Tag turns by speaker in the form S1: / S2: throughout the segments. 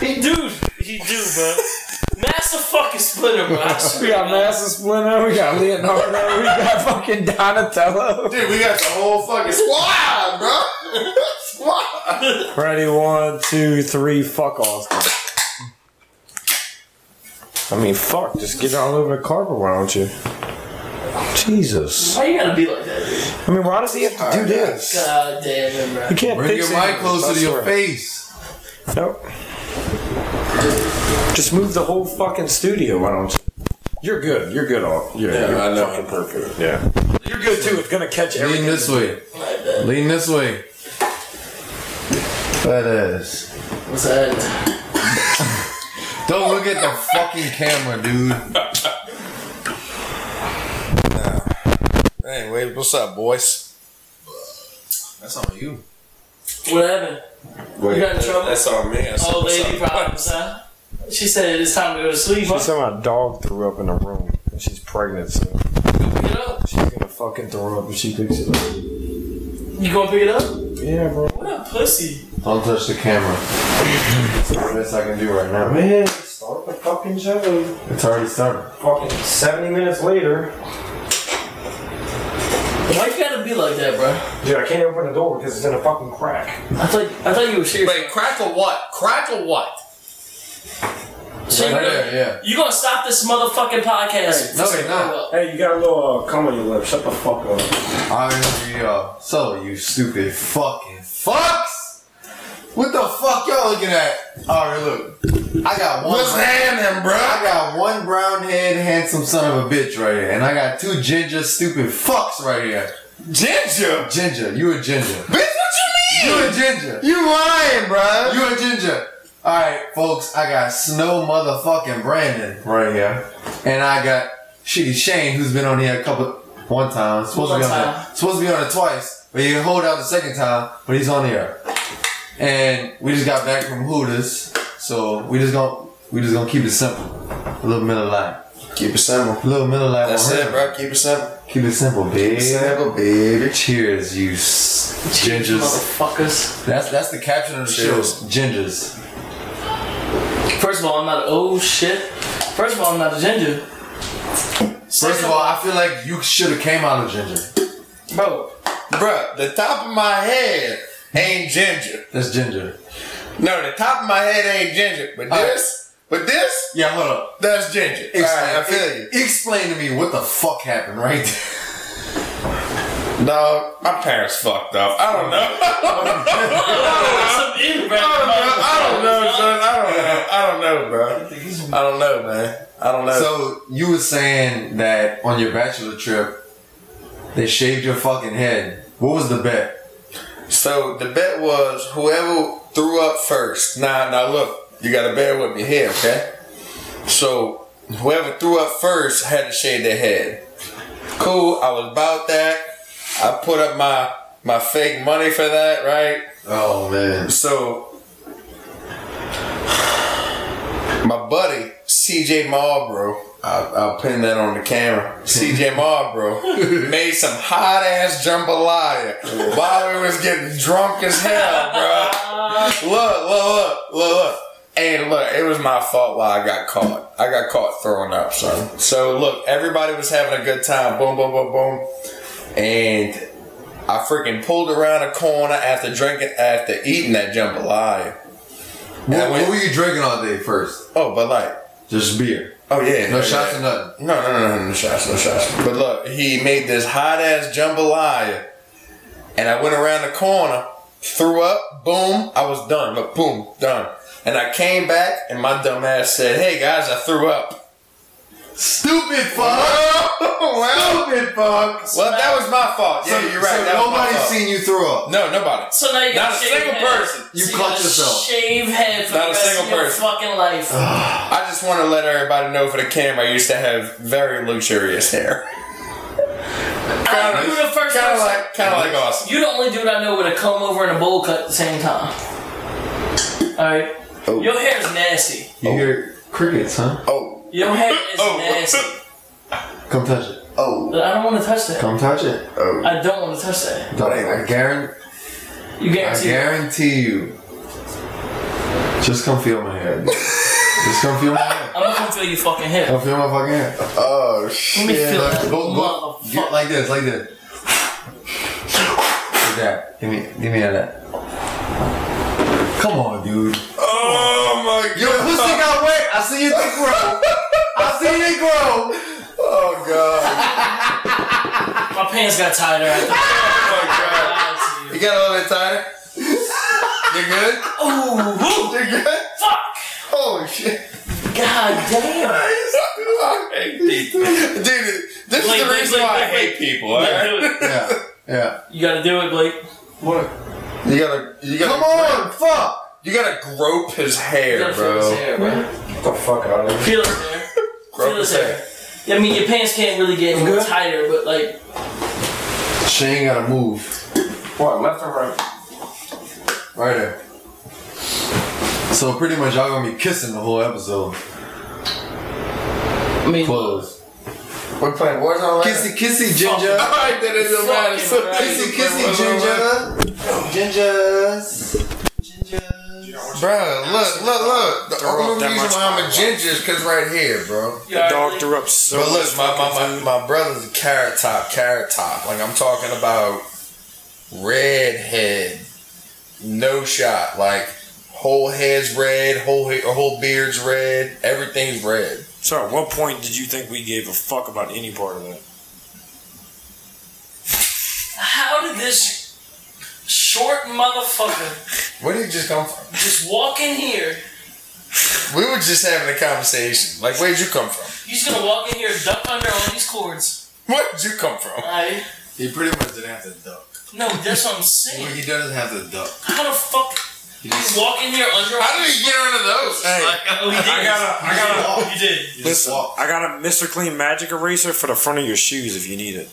S1: Dude, he do, bro. Master fucking Splinter, bro. I
S2: We
S1: swear,
S2: got
S1: man.
S2: Master Splinter, we got Leonardo, we got fucking Donatello.
S3: Dude, we got the whole fucking squad, bro. squad.
S2: Ready, one, two, three, fuck Austin. I mean, fuck, just get all over Carver, why don't you? Jesus.
S1: Why you gotta be like that, dude?
S2: I mean, why does he have to do this?
S1: God damn it,
S2: You
S1: bro.
S2: can't
S3: Bring
S2: fix
S3: your mic
S2: anything,
S3: closer
S2: I
S3: to your
S2: swear.
S3: face.
S2: Nope. Just move the whole fucking studio. Why don't you? You're good. You're good. All. Yeah.
S3: Yeah,
S2: you're
S3: I know.
S2: fucking perfect. Yeah. You're good too. It's gonna catch
S3: Lean
S2: everything.
S3: this way.
S1: Like that.
S3: Lean this way. That is.
S1: What's that?
S3: Don't look at the fucking camera, dude. Nah. Anyway, what's up, boys? That's on you.
S1: What happened?
S4: Wait,
S1: got in trouble?
S4: That's on me. That's
S1: Old
S4: what's
S1: lady
S4: up.
S1: problems, huh? She said it's time to go to
S2: She
S1: sleep. Huh?
S2: said my dog threw up in the room. And she's pregnant, so
S1: Pick it up.
S2: she's gonna fucking throw up if she picks it up.
S1: You gonna pick it up?
S2: Yeah, bro.
S1: What a pussy.
S3: Don't touch the camera. What else I can do right now?
S2: Man, start the fucking show.
S3: It's already started.
S2: Fucking seventy minutes later.
S1: Why you gotta be like that, bro?
S2: Dude, I can't open the door because it's in a fucking crack.
S1: I thought I thought you were serious.
S4: Wait, crackle what? Crackle what?
S1: So you
S3: Right
S1: gonna-
S3: there, yeah.
S1: You gonna stop this motherfucking podcast?
S3: No, they're not.
S2: Hey, you got a little uh, cum on your lip. Shut the fuck up.
S3: I mean, y'all. uh, So, you stupid fucking fucks! What the fuck y'all looking at? Alright, look. I got one.
S4: What's happening, bro?
S3: I got one brown head, handsome son of a bitch right here, and I got two ginger, stupid fucks right here.
S4: Ginger.
S3: Ginger, you a ginger.
S4: Bitch, what you
S3: You
S4: mean?
S3: a ginger.
S4: You lying, bro.
S3: You a ginger. Alright, folks, I got Snow motherfucking Brandon right here. And I got Shitty Shane, who's been on here a couple one time. Supposed
S1: One
S3: to be on
S1: time.
S3: Here, supposed to be on it twice, but he hold out the second time, but he's on here. And we just got back from Hooters. So we just gonna we just gonna keep it simple. A little Miller Lite.
S4: Keep it simple.
S3: A little Miller Lite.
S4: That's
S3: on
S4: it,
S3: her.
S4: bro. Keep it simple.
S3: Keep it simple, baby.
S4: Simple, baby.
S3: Cheers, you s- gingers.
S1: Motherfuckers.
S3: That's that's the caption of the show. Gingers.
S1: First of all, I'm not. Oh shit. First of all, I'm not a ginger.
S3: First of all, I feel like you should have came out of ginger.
S1: bro,
S4: Bro, the top of my head ain't ginger.
S3: That's ginger.
S4: No, the top of my head ain't ginger. But
S3: Alright.
S4: this, but this,
S3: Yeah, hold up.
S4: that's ginger. Alright, I feel you.
S3: Explain to me what the fuck happened right there.
S4: No, my parents fucked up. I don't know.
S1: some inbred
S4: I don't know, son. I don't know. I don't know, bro.
S1: motherfuckers.
S4: I don't know, man. I
S3: Uh,
S4: don't know.
S3: So you were saying that on your bachelor trip, they shaved your fucking head. What was the bet?
S4: So the bet was whoever threw up first. Now, now look, you gotta bear with me here, okay? So whoever threw up first had to shave their head. Cool, I was about that. I put up my my fake money for that, right?
S3: Oh man.
S4: So my buddy CJ Marlboro, I'll, I'll pin that on the camera. CJ Marlboro made some hot ass jambalaya while we was getting drunk as hell, bro. Look, look, look, look, look. And look, it was my fault why I got caught. I got caught throwing up, son. So look, everybody was having a good time. Boom, boom, boom, boom. And I freaking pulled around a corner after drinking, after eating that jambalaya.
S3: What,
S4: I went-
S3: what were you drinking all day first?
S4: Oh, but like,
S3: Just beer.
S4: oh yeah,
S3: No
S4: yeah,
S3: shots
S4: yeah.
S3: or nothing.
S4: No, no, no, no, no shots, no shots. But look, he made this hot ass jambalaya, and I went around the corner, threw up, boom, I was done. Look, boom, done. And I came back, and my dumb ass said, "Hey guys, I threw up."
S3: Stupid fuck. Stupid fuck.
S4: Well, that was my fault. Yeah, you're right.
S3: So
S4: that was my
S3: nobody's
S4: fault.
S3: seen you throw up.
S4: No, nobody.
S1: So now you got
S4: Not a single person.
S3: You
S1: so
S3: caught
S1: gotta
S3: yourself.
S1: Shave head for
S4: Not a
S1: the rest
S4: single
S1: of your
S4: person.
S1: fucking life.
S4: I just want to let everybody know for the camera, I used to have very luxurious hair. kind
S1: you were the first
S4: kind of
S1: person.
S4: like, kind of like awesome.
S1: You're the only dude I know with a comb over and a bowl cut at the same time. Alright. Your hair is nasty.
S3: You hear crickets, huh?
S4: Oh,
S1: Your hair is
S4: Oh.
S1: nasty.
S3: Come touch it.
S4: oh,
S1: I don't want to touch that.
S3: Come touch it.
S4: oh.
S1: I don't want to touch that.
S3: Dog, I guarantee,
S1: You
S3: I
S1: guarantee.
S3: guarantee you, Just come feel my hair. Just come feel my hair.
S1: I'm gonna come feel your fucking hair.
S3: Come feel my fucking hair.
S4: Oh shit.
S1: Let me feel that.
S3: Go, go. Get like this, like this. Like that. Give me, give me that. Come on, dude.
S4: Oh my
S3: Your
S4: god.
S3: pussy got wet. I seen it grow. I seen it grow.
S4: Oh god.
S1: My pants got tighter after I
S4: Oh
S1: lied to
S4: my god. You got a little bit tighter? You good?
S1: you. Ooh, woo,
S4: You good?
S1: fuck!
S4: Holy shit.
S1: God damn!
S4: I hate people. Dude, this
S1: Blake,
S4: is the
S1: Blake,
S4: reason why I
S1: Blake,
S4: hate
S1: Blake.
S4: people.
S1: You
S4: alright?
S1: gotta do it.
S3: Yeah, yeah.
S1: You gotta do it, Blake.
S3: What?
S4: You gotta, you gotta,
S3: Come on, fuck.
S4: you gotta grope his
S1: You
S4: hair,
S1: gotta feel his
S4: bro.
S1: hair, bro.
S2: Get the fuck out of here.
S1: Feel his hair.
S4: Grope
S1: Feel his
S4: his hair.
S1: hair. I mean, your pants can't really get any
S2: Good.
S1: tighter, but like,
S3: Shane gotta move.
S2: What, left or right?
S3: Right there. So pretty much y'all gonna be kissing the whole episode.
S1: I mean,
S3: Close.
S4: We're playing Warzone.
S3: Kissy kissy ginger.
S4: Alright, that doesn't matter.
S1: Fucking
S4: So,
S1: right.
S4: kissy,
S3: Kissy
S4: kissy, ginger.
S3: ginger. Gingers. Gingers.
S4: Bro, look, look, look. The
S5: Throw up
S4: only
S5: that
S4: reason
S5: much
S4: why I'm a
S5: power.
S4: ginger is because right here, bro.
S1: you alright,
S5: Dog
S1: Blake?
S5: threw up so
S4: But look,
S5: much
S4: my,
S5: fucking
S4: my,
S5: food.
S4: my, my brother's a carrot top, carrot top. Like, I'm talking about redhead, no shot. Like, whole head's red, whole, he- whole beard's red, everything's red.
S5: So at what point did you think we gave a fuck about any part of that?
S1: How did this short motherfucker
S4: Where did it just come from?
S1: just walk in here?
S4: We were just having a conversation. Like, where'd you come from?
S1: He's gonna walk in here, duck under all these cords.
S4: Where'd you come from?
S1: I
S3: He pretty much didn't have to duck.
S1: no, that's what I'm saying.
S3: He doesn't have to duck.
S1: How the fuck
S3: He
S1: you
S3: just,
S1: walk in here under?
S4: How did he get under those?
S5: Hey,
S1: Oh, he did.
S5: I gotta, I gotta.
S1: You did.
S3: he just
S5: Listen,
S3: walked.
S5: I got a Mr. Clean Magic Eraser for the front of your shoes if you need it.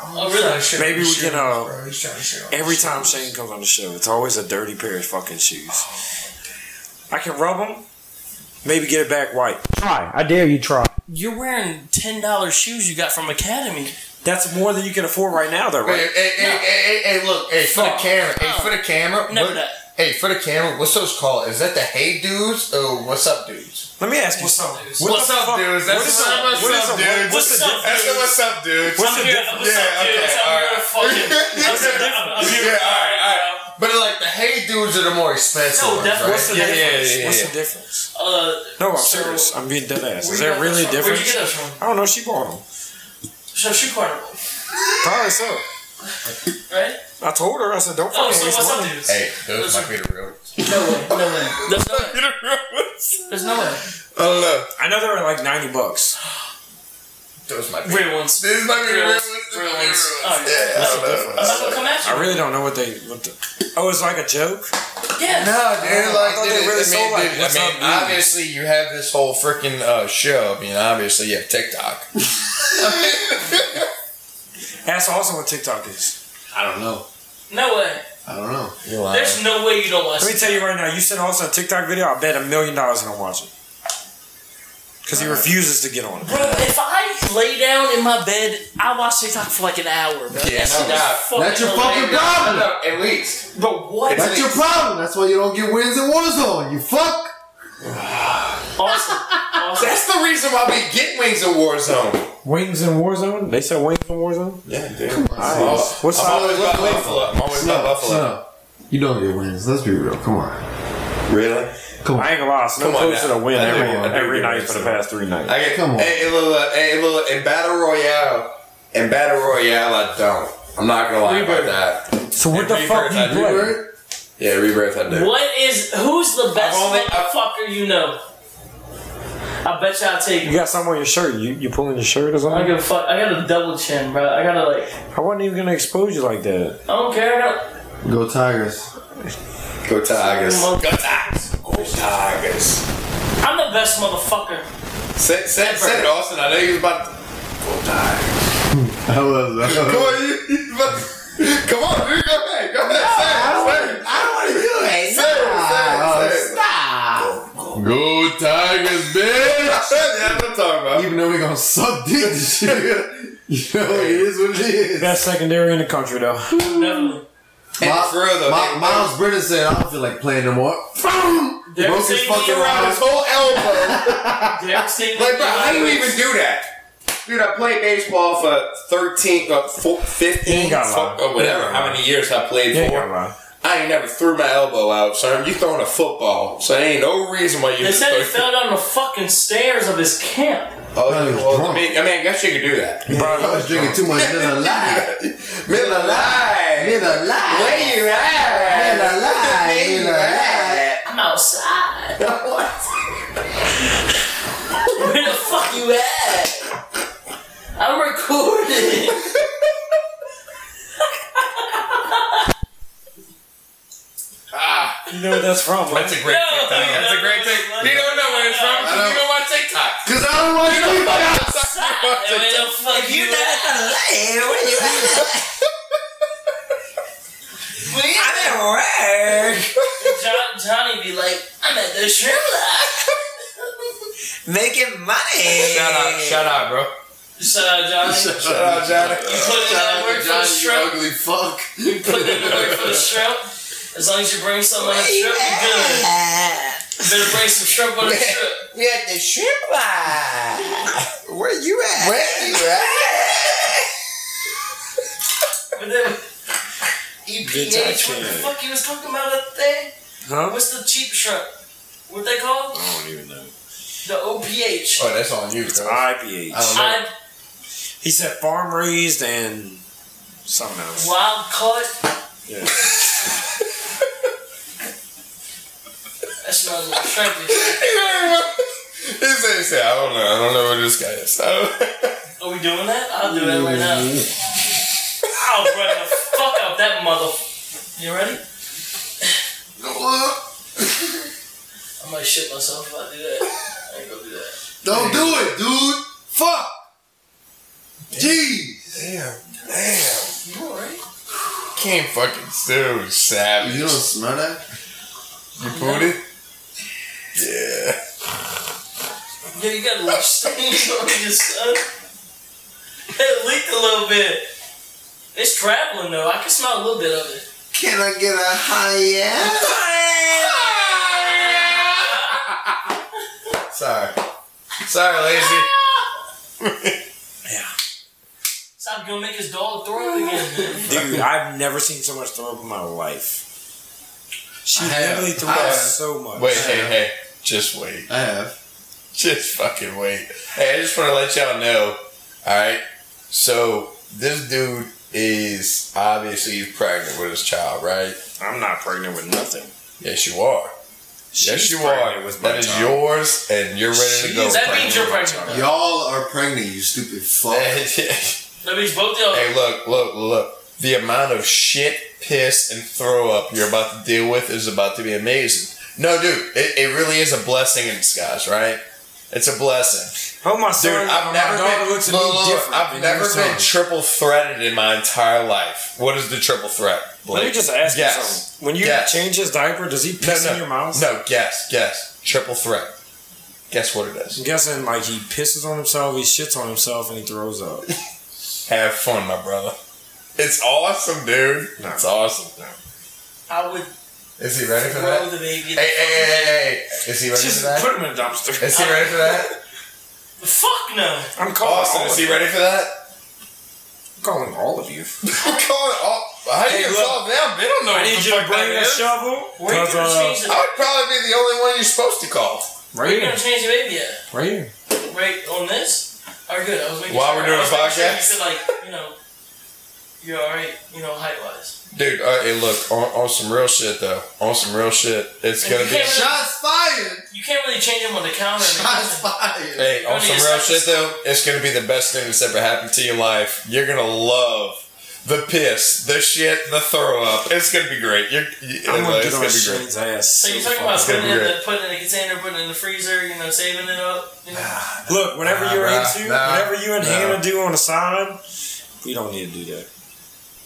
S1: Oh, really?
S5: Maybe we can, uh,
S4: Bro, he's trying to shit on
S5: Every
S4: his
S5: time
S4: shoes.
S5: Shane comes on the show, it's always a dirty pair of fucking shoes. I can rub them, maybe get it back white.
S2: Try. I dare you try.
S1: You're wearing ten dollars shoes you got from Academy.
S5: That's more than you can afford right now, though,
S4: Hey,
S5: right?
S4: hey, hey, hey, hey, hey, look, hey, for the
S1: Fuck. Oh.
S4: camera, hey, for the camera.
S1: Never
S4: what-
S1: that.
S4: Hey, for the camera, what's those called? Is that the Hey Dudes or What's Up Dudes?
S5: Let me ask you
S1: What's up,
S5: something.
S1: dudes?
S5: What
S4: What's
S5: the
S4: up,
S5: fuck-
S4: dudes? That's
S5: what is
S4: not
S5: a-
S4: much
S5: what is
S4: up,
S5: a-
S4: dudes.
S5: What's
S1: What's
S5: the
S1: up,
S4: That's the
S1: dudes?
S4: What's Up Dudes.
S5: What's
S1: I'm
S5: the
S1: here.
S5: difference?
S1: What's
S4: Yeah,
S1: up, dude?
S4: okay,
S1: What's up? I'm here to fucking. I'm here to- I'm here to-
S4: Yeah, alright, alright. But like the Hey Dudes are the more expensive
S1: No,
S4: ones,
S1: definitely.
S4: right?
S5: What's the
S4: yeah,
S5: difference?
S4: yeah, yeah,
S5: What's
S4: yeah.
S5: the difference?
S1: Uh,
S5: No, I'm
S1: So-
S5: serious. I'm being dead ass. Is
S1: where you
S5: there
S1: got
S5: really a
S1: those from? Where'd you get
S5: difference?
S1: those from?
S5: I don't know. She bought them.
S1: So shoe carnival,
S5: Probably so.
S1: right?
S5: I told her. I said, don't
S1: Oh,
S5: fucking
S1: so
S5: waste
S1: what's up,
S5: money.
S1: dudes?
S4: Hey, those might be the real ones.
S1: No way. No way. There's no way.
S4: the real ones?
S1: There's no way.
S4: Oh, look.
S5: I know they were like ninety bucks.
S4: Those might be.
S1: Real ones.
S4: These might be the
S1: Real
S4: real
S1: ones.
S4: ones.
S1: Real ones.
S4: Yeah,
S1: Alright.
S4: I don't know.
S1: I'm not gonna come at you.
S5: I really don't know what they. What the, oh, it's like a joke.
S1: Yeah.
S4: No, dude,
S5: I
S4: like,
S5: thought
S4: dude,
S5: they
S4: it-
S5: really
S4: I mean,
S5: sold, like,
S4: dude, I
S5: what's
S4: mean,
S5: up, dude?
S4: obviously you have this whole freaking uh, show. I mean, obviously you have TikTok.
S5: That's also what TikTok is.
S3: I don't know.
S1: No way.
S3: I don't know.
S4: You're lying.
S1: There's no way you don't watch.
S5: Let me tell you right now. You send also a TikTok video. I bet a million dollars he don't watch it because he refuses to get on it.
S1: Bro, if I lay down in my bed, I watch TikTok for like an hour, bro.
S4: Yeah,
S1: That shit
S4: no,
S1: is
S4: nah.
S1: fucking
S3: That's your fucking
S1: hilarious.
S3: problem.
S4: at least.
S1: Bro, what?
S4: That's
S3: That's your problem. That's why you don't get wins in Warzone. You fuck.
S1: Awesome. awesome.
S4: That's the reason why we get Wings of Warzone.
S5: Wings in Warzone. They said wings in Warzone.
S4: Yeah, dude.
S5: Nice. What's
S4: I'm
S5: up?
S4: always about Buffalo. I'm always about Buffalo.
S3: Snow. You don't get wins. Let's be real. Come on.
S4: Really?
S5: I ain't gonna lie. Snow
S4: Come on
S5: closer
S4: now.
S5: to win
S4: I knew
S5: every,
S4: it. I knew
S5: every
S4: you
S5: night
S4: were
S5: for the
S4: gonna
S5: past three nights.
S4: I get
S3: Come on.
S4: Hey, look, hey, look, in Battle Royale, in Battle Royale, I don't. I'm not gonna lie about
S1: Rebirth.
S4: that.
S5: So what the
S4: Rebirth,
S5: fuck do you
S4: I
S5: play?
S3: Rebirth?
S4: Yeah, Rebirth, I do.
S1: What is? Who's the best
S4: I've only-
S1: motherfucker you know? I bet you I'll take.
S5: You
S1: him.
S5: got something on your shirt. You you pulling your shirt or
S1: I
S5: something?
S1: don't give a fuck. I got a double chin, bro. I gotta like.
S5: I wasn't even gonna expose you like that.
S1: I don't care. I got.
S3: Go Tigers.
S4: Go Tigers.
S1: Go
S4: Tigers. Go Tigers.
S1: I'm the best motherfucker.
S4: Say, say, say it, Austin. I know you was about to. Go Tigers.
S3: I was.
S4: Come on, you, you about to- Come on, dude. Go ahead. Go ahead. Say it.
S3: want to do
S4: Say it.
S3: it.
S4: Say it. Say it. Say it.
S3: Stop.
S4: Go Tigers, bitch. That's what I'm talking about.
S3: Even though we gonna suck dick this year, you know it is what it is.
S5: Best secondary in the country though.
S1: Definitely.
S4: And for real though,
S3: My,
S4: they-
S3: Miles Brennan said, "I don't feel like playing no more." Boom!
S1: They're
S3: Broke his
S1: saying
S3: fucking
S1: you're
S4: around his
S3: arm.
S4: whole elbow.
S1: Derek Stingley.
S4: like, bro, how do you even do that? Dude, I played baseball for 13, uh, four, 15,
S2: ain't gotta
S4: fuck,
S2: lie.
S4: or whatever, how many years I played
S2: You ain't
S4: for.
S2: gotta lie.
S4: I ain't never threw my elbow out, son. You throwing a football, so there ain't no reason why you.
S1: They said he
S4: throw-
S1: fell down the fucking stairs of his camp.
S4: Oh,
S3: Bro, he was
S4: well, I
S3: drunk.
S4: mean, I mean, I guess you could do that.
S3: I was drinking too much Miller Lite.
S4: Miller Lite.
S3: Miller Lite.
S4: Where you at?
S3: Miller Lite.
S4: Where you
S3: Miller
S4: at?
S1: I'm outside. Where the fuck you at? I'm recording.
S5: You know what that's from, right?
S4: That's a great TikTok. That's a great TikTok. You don't know where it's from. 'cause You don't watch TikTok.
S3: Cause I don't want to
S4: You
S3: be
S4: don't watch
S1: Where
S4: TikTok.
S1: the fuck you at?
S5: I'm at work.
S1: John, Johnny be like, I'm at the shrimp lot.
S5: Making money.
S4: Shout out, shout out, bro.
S1: Shut up, "Uh, Johnny. Shut
S4: Shout out, Johnny.
S1: Put in that work for the shrimp.
S3: ugly fuck.
S1: Put in the work for the shrimp. As long as you bring some on the shrimp, you good. Better bring some shrimp on the trip.
S5: We at the shrimp bar. Where you at? Where you at?
S1: But then, EPH,
S5: touch,
S1: what the
S5: man.
S1: fuck you was talking about that thing?
S5: Huh?
S1: What's the cheap shrimp? What they called?
S5: I don't even know.
S1: The OPH.
S4: Oh, that's on you, bro.
S5: IPH.
S1: I
S5: He said farm raised and something else.
S1: wild caught.
S5: Yeah.
S1: That smells like shrimp. is-
S4: He said, he said, I don't know. I don't know where this guy is.
S1: Are we doing that? I'll do that right now. I'll run the fuck up that mother. You ready? I might shit myself if I do that. I ain't gonna do that.
S3: Don't do it, dude. Fuck. Jeez.
S1: You alright?
S4: Can't fucking sue, savage.
S3: You don't smell that?
S4: You booted? Yeah.
S1: Yeah, you got a little stains on your son. It leaked a little bit. It's traveling though. I can smell a little bit of it.
S3: Can I get a high
S4: Sorry. Sorry, lazy.
S1: Stop gonna make his dog throw up again.
S5: Dude, I've never seen so much throw up in my life. She
S3: I have.
S5: literally threw
S3: I
S5: up
S3: have.
S5: so much.
S4: Wait, hey, hey. Just wait.
S3: I have.
S4: Just fucking wait. Hey, I just want to let y'all know. All right. So this dude is obviously he's pregnant with his child, right?
S5: I'm not pregnant with nothing.
S4: Yes, you are. yes,
S5: She's
S4: you
S5: pregnant
S4: are.
S5: with my
S4: That is
S5: child.
S4: yours, and you're ready to
S5: She's
S4: go.
S1: That
S4: bro.
S1: means you're pregnant.
S3: Y'all are pregnant, you stupid fuck.
S1: That means both y'all.
S4: hey, look, look, look. The amount of shit, piss, and throw up you're about to deal with is about to be amazing. No, dude, it, it really is a blessing in disguise, right? It's a blessing.
S5: Oh my
S4: Dude,
S5: son,
S4: I've
S5: my
S4: never
S5: daughter
S4: been,
S5: looks at
S4: look,
S5: me
S4: look,
S5: different.
S4: I've
S5: than
S4: never
S5: your
S4: been
S5: son.
S4: triple threaded in my entire life. What is the triple threat?
S5: Let me
S4: Blake?
S5: just ask
S4: Yes.
S5: you something. When you
S4: Yes.
S5: change his diaper, does he
S4: No,
S5: piss
S4: no,
S5: in your mouth?
S4: No, guess, guess. Triple threat. Guess what it
S5: I'm
S4: is.
S5: guessing like he pisses on himself, he shits on himself, and he throws up.
S4: Have fun, my brother. It's awesome, dude. It's awesome.
S1: I would
S4: Is he ready for
S1: throw
S4: that?
S1: the baby.
S4: Hey, hey, hey, hey. Is he ready for
S5: Just
S4: that?
S5: put him in a dumpster.
S4: Is he ready for that?
S1: Fuck no.
S5: I'm calling
S4: Austin,
S5: all
S4: is
S5: of
S4: he
S5: you.
S4: ready for that?
S5: I'm calling all of you.
S4: I'm calling all. How do
S5: Hey,
S4: you
S5: look.
S4: call them? They don't know
S5: I
S4: what
S5: need
S4: the
S5: you to
S4: fuck
S5: bring
S4: that
S5: a
S4: is.
S5: shovel.
S1: Where you
S5: 'cause,
S1: gonna
S5: uh,
S1: change the?
S4: I would probably be the only one you're supposed to call.
S5: right
S1: Where you
S5: here,
S1: gonna change the baby at?
S5: right here.
S1: Right on this? Are good. I was making
S4: While
S1: sure.
S4: we're doing
S1: I was
S4: a
S1: making sure
S4: podcast?
S1: You could, like you know, you're all right. You know, height wise.
S4: Dude, uh, hey, look, on, on some real shit, though. On some real shit. It's
S1: And
S4: gonna
S1: you
S4: be.
S1: can't
S3: Shots fired.
S1: You can't really change him on the counter.
S3: Shots fired.
S4: Hey, on some real shit, though, it's gonna be the best thing that's ever happened to your life. You're gonna love the piss, the shit, the throw up. It's gonna be great. You're, you-
S5: I'm gonna
S4: it's
S5: get
S4: gonna
S5: on
S4: be great.
S5: Shane's ass.
S1: So you're
S5: so
S1: talking about
S5: fast.
S1: putting it, in
S4: gonna be
S1: the, putting it in the container, putting it in the freezer, you know, saving it up. You know?
S4: Ah.
S5: Look, whatever
S4: Nah,
S5: you're
S4: bruh,
S5: into,
S4: nah,
S5: whatever you and
S4: nah.
S5: Hannah do on the side, we don't need to do that.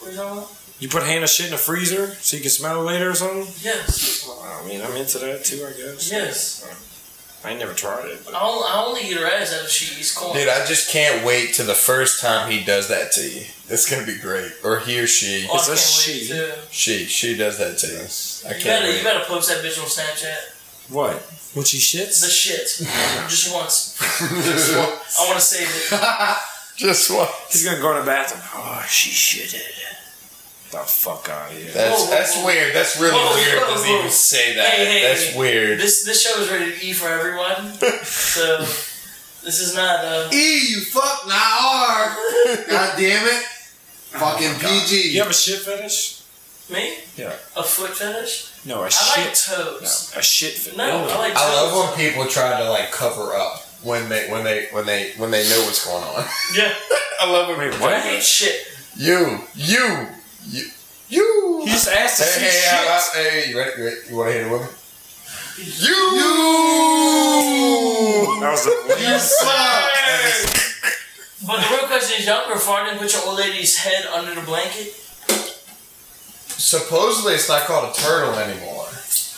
S1: What you talking about?
S5: You put Hannah shit in the freezer so you can smell it later or something.
S1: Yes,
S5: Well, I mean, I'm into that too, I guess.
S1: yes.
S5: I ain't never tried it.
S1: I only, I only eat her ass out if she eats corn.
S4: Dude, I just can't wait to the first time he does that to you. It's gonna be great. Or he or she.
S1: oh, I
S5: it's a
S1: can't
S5: she.
S1: wait too.
S4: She. She does that to us. I
S1: You better, you
S4: can't wait.
S1: better post that bitch on Snapchat.
S5: What? When she
S1: The
S5: shits?
S1: shit. Just once.
S4: just once.
S1: I want to save it.
S4: Just once.
S5: He's gonna go in the bathroom. Oh, she shitted. The fuck out of here.
S4: That's
S1: Whoa, whoa,
S4: that's
S1: whoa.
S4: weird. That's really
S1: Whoa,
S4: weird
S1: whoa,
S4: to
S1: whoa.
S4: even say that.
S1: Hey, hey,
S4: that's
S1: hey.
S4: weird.
S1: This this show is rated E for everyone. So this is not uh
S3: E, you fuck, not R. God damn it. Fucking
S4: Oh,
S3: PG.
S5: You have a shit fetish?
S1: me.
S5: Yeah.
S1: A foot fetish.
S5: No, a
S1: I
S5: shit.
S1: like toes.
S5: no, a shit fetish.
S1: No, I like toes.
S4: I love when people try to like cover up when they when they when they when they know what's going on.
S1: Yeah.
S4: I love when people
S1: I
S5: What?
S1: hate shit.
S4: You you you you.
S5: He just asked to
S4: Hey,
S5: see
S4: hey,
S5: shit.
S4: how about- hey, you ready? You, ready? you want to hear the woman? You.
S5: that was the
S4: You suck.
S1: But the real question is, y'all farting put your old lady's head under the blanket?
S4: Supposedly, it's not called a turtle anymore.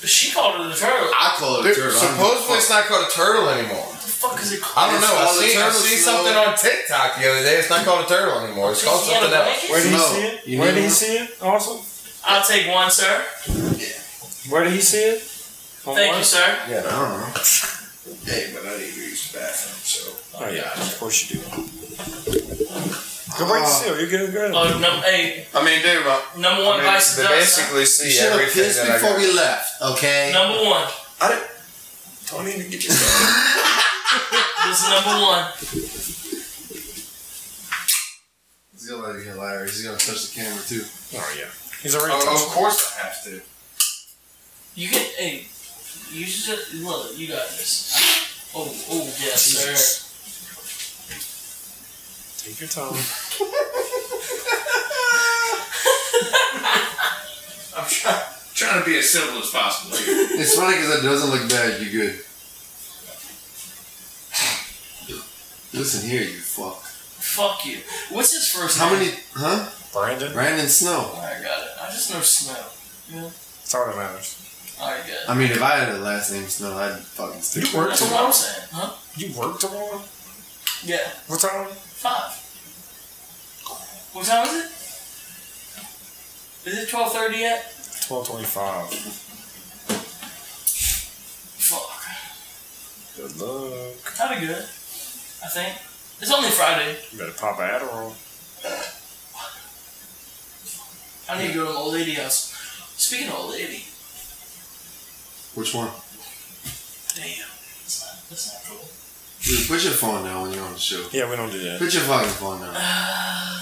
S1: She called it a turtle. What
S3: I call it
S4: Dude,
S3: turtle.
S4: supposedly, it's not called a turtle anymore.
S1: the fuck is it
S4: I
S1: called?
S4: don't know.
S3: It's
S4: I
S3: called a
S4: seen, I
S3: turtle
S4: seen
S3: snow.
S4: something on TikTok the other day. It's not called a turtle anymore. It's called
S1: Christiana
S4: something else.
S5: Where did he
S3: No.
S5: see it?
S3: You
S5: Where
S3: need
S5: did
S3: one?
S5: he see it? Also,
S1: I'll take one, sir.
S5: where did he see it? On
S1: Thank
S5: what?
S1: you, sir.
S3: I don't know.
S4: Hey, but I need to use the bathroom, so.
S5: Oh yeah, of course you do. Uh, Go break the seal. You're good. Good.
S1: Oh, num- hey,
S4: I mean, dude, but
S1: number one
S4: I mean,
S1: vice
S4: they
S1: is us, sir.
S4: basically
S3: You
S4: see
S3: should have
S4: everything
S3: kissed
S4: that I
S3: before
S4: got.
S3: we left, okay?
S1: Number one.
S4: Don't even get yourself.
S1: This is number one.
S3: He's gonna let it get Larry. He's gonna touch the camera too.
S5: Oh yeah. He's already.
S4: of course I have to.
S1: You can, hey, you just, look, you got this. Oh, oh, yes, sir.
S5: Take your time.
S6: I'm trying, trying to be as civil as possible here.
S3: It's funny because it doesn't look bad. You good? Listen here, you fuck.
S1: Fuck you. What's his first
S3: How
S1: name? Oh,
S3: many? Huh?
S5: Brandon.
S3: Brandon Snow.
S1: I got it. I just know Snow.
S5: That's all that matters.
S1: I got it.
S3: I mean, if I had a last name Snow, I'd fucking stick.
S5: You work
S1: That's
S5: tomorrow.
S1: what I'm saying, huh?
S5: You work tomorrow.
S1: Yeah.
S5: What time?
S1: Five. What time is it? Is it twelve thirty yet?
S5: Twelve twenty-five.
S1: Fuck.
S5: Good luck.
S1: That'll be good. I think. It's only Friday.
S5: You better pop an Adderall.
S1: I need to go to the old lady house. Speaking of old lady,
S3: Which one?
S1: damn. That's not, that's not cool.
S3: Dude, put your phone down when you're on the show.
S5: Yeah, we don't do that.
S3: Put your fucking phone down.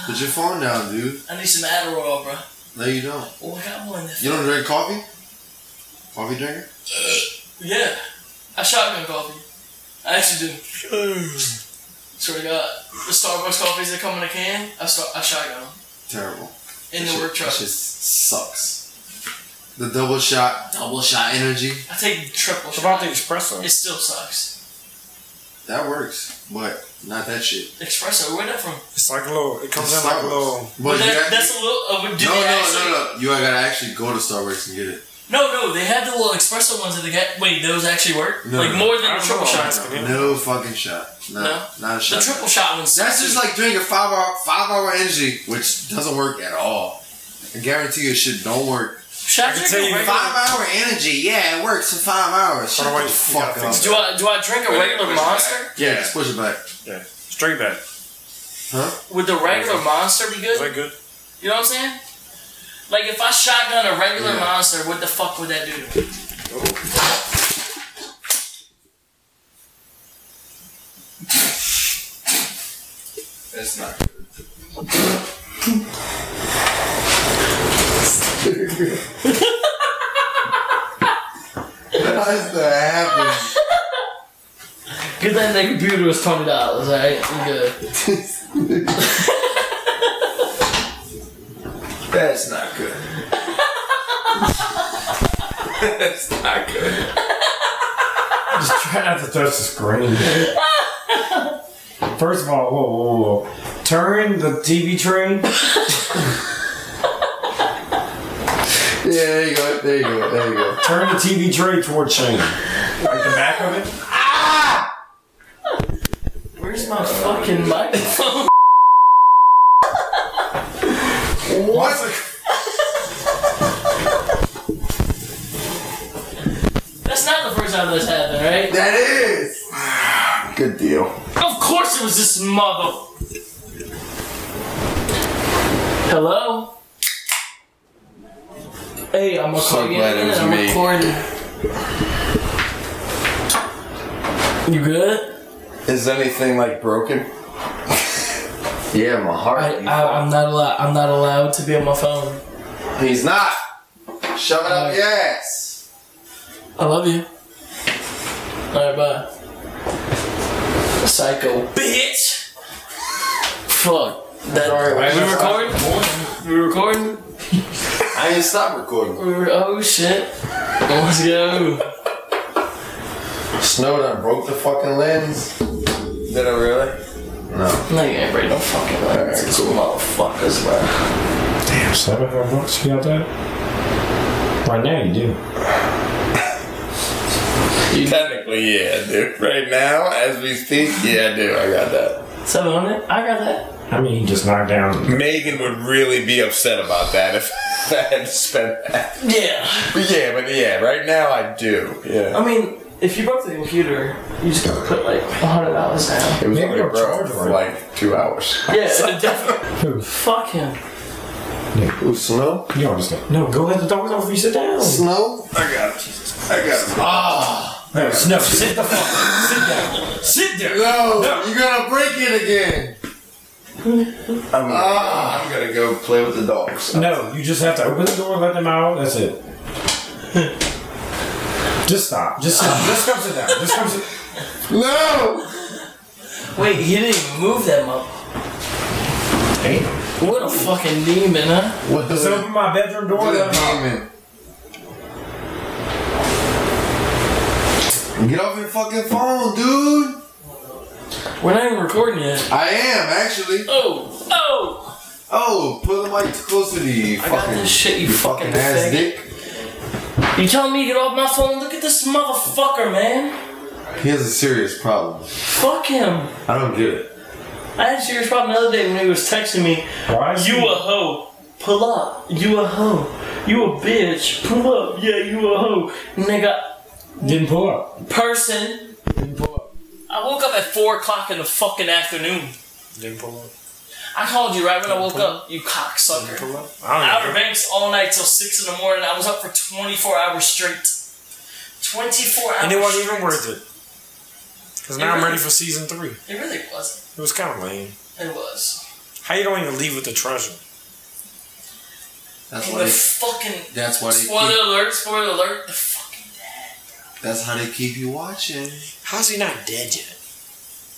S3: Put your phone down, dude.
S1: I need some Adderall, bro.
S3: No, you don't.
S1: Oh, I got one.
S3: You don't drink coffee? Coffee drinker?
S1: Yeah. I shotgun coffee. I actually do. Swear to God. The Starbucks coffees that come in a can, I, start, I shotgun them.
S3: Terrible.
S1: In
S3: That
S1: the
S3: shit-
S1: work truck.
S3: That shit sucks. The double shot, double shot energy.
S1: I take triple
S5: What about
S1: shot.
S5: the espresso?
S1: It still sucks.
S3: That works, but not that shit.
S1: Espresso, where that from?
S5: It's like a little. It comes in like a little.
S1: But
S3: But you
S1: that,
S3: got-
S1: that's a little. Uh, did
S3: no,
S1: they
S3: no,
S1: actually,
S3: no, no. You gotta actually go to Starbucks and get it.
S1: no, no, They had the little espresso ones that they got. Wait, those actually work?
S3: No,
S1: like
S3: no.
S1: more than
S5: I
S1: the
S5: don't
S1: triple
S5: know.
S1: shots.
S5: Asking him.
S3: No fucking shot. No,
S1: No?
S3: not a
S1: The
S3: shot.
S1: triple shot ones.
S3: That's just like drinking five hour five hour energy, which doesn't work at all. I guarantee you, shit don't work.
S1: shot
S5: I can
S1: drink.
S5: tell
S1: a
S5: you
S1: regular-
S3: Five hour energy, yeah, it works for five hours. Shut
S5: Oh, wait,
S3: the
S5: you
S3: fuck
S5: gotta
S3: up.
S5: fix
S1: Do I do I drink a regular
S6: push
S1: monster?
S3: Yeah, just push it back.
S5: Yeah. Straight back.
S1: Would the regular monster be good?
S5: Is that good?
S1: You know what I'm saying? Like if I shotgun a regular
S3: Yeah.
S1: monster, what the fuck would that do? to me?
S6: That's not good.
S3: How does that happen?
S1: Good thing that computer was twenty dollars. All right, I'm good.
S4: That's not good. that's not good.
S2: Just try not to touch the screen. First of all, whoa, whoa, whoa. Turn the TV train.
S3: Yeah, there you go, there you go, there you go.
S2: Turn the TV tray toward Shane. Like the back of it.
S1: my fucking microphone?
S4: What's it?
S1: That's not the first time this happened, right?
S4: That is. Good deal.
S1: Of course it was this mother. Hello? Hey, I'm
S4: So
S1: recording.
S4: glad it was
S1: I'm
S4: me.
S1: recording. You good?
S4: Is anything like broken?
S3: Yeah, my heart.
S1: I, I, I'm not allowed. I'm not allowed to be on my phone.
S4: He's not. Shove it up your ass.
S1: I love you. Alright, bye. Psycho bitch! Fuck. That,
S4: Sorry,
S1: we
S4: why was I-
S1: recording? We recording?
S4: I ain't stop recording.
S1: We were, oh shit. Let's go.
S4: Snow done broke the fucking lens. Did I really?
S1: No, you ain't break no fucking legs. These motherfuckers, bro.
S2: Seven hundred bucks. You got that? Right now, you do.
S4: Technically, yeah, I do. Right now, as we speak, yeah, I do. I got that.
S1: 700? I got that.
S2: I mean, you just knocked down.
S4: Megan would really be upset about that if I had to spend that.
S1: Yeah.
S4: But yeah, but yeah, right now I do. Yeah.
S1: I mean, if you broke the computer, you just gotta put like $100 down.
S4: It was
S2: Maybe
S4: only
S2: I'll
S4: broke
S2: charge
S4: for
S2: for it.
S4: like two hours.
S1: Yeah, definitely.
S2: Who?
S1: Fuck him.
S4: Ooh, snow?
S2: You understand? No, go ahead. The dog's over. You sit down.
S4: Snow?
S6: I got it. Jesus. I got it.
S2: No, no, sit the fuck. Sit down. Sit down.
S4: No, you're gonna break it again. I'm, I'm gonna go play with the dogs.
S2: No, you just have to open the door, let them out. That's it. Just stop. Just sit. just come sit down. Just come sit.
S4: No!
S1: Wait, he didn't even move that much.
S2: Damn.
S1: What a fucking demon, huh?
S4: What
S2: Just
S4: the
S2: open my bedroom door.
S4: What
S2: let
S4: a
S2: 'em out.
S4: demon. Get off your fucking phone, dude!
S1: We're not even recording yet.
S4: I am, actually.
S1: Oh, oh!
S4: Oh, put the mic closer to you, you
S1: I
S4: fucking,
S1: got this shit, you
S4: you fucking
S1: fucking
S4: ass
S1: faggot.
S4: dick.
S1: You telling me to get off my phone? Look at this motherfucker, man.
S4: He has a serious problem.
S1: Fuck him.
S4: I don't get it.
S1: I had a serious problem the other day when he was texting me.
S2: Why is
S1: You
S2: he-
S1: a hoe. Pull up. You a hoe. You a bitch. Pull up. Yeah, you a hoe. Nigga,
S2: Didn't pull up.
S1: person.
S2: Didn't pull up.
S1: I woke up at 4 o'clock in the fucking afternoon.
S5: Didn't pull up.
S1: I called you right when I woke up, you cocksucker.
S5: Pull up.
S1: Outer
S5: I
S1: Banks all night till six in the morning. I was up for 24 hours straight. 24 hours.
S5: don't even. And it wasn't
S1: straight.
S5: even worth it. Cause now I'm ready for season three.
S1: It really wasn't.
S5: It was kind of lame.
S1: It was.
S5: How you don't even leave with the treasure?
S3: That's
S1: And
S3: why.
S1: the
S3: They,
S1: fucking
S3: that's why they
S1: spoiler
S3: keep.
S1: alert! Spoiler alert! The fucking dad.
S3: That's how they keep you watching.
S5: How's he not dead yet?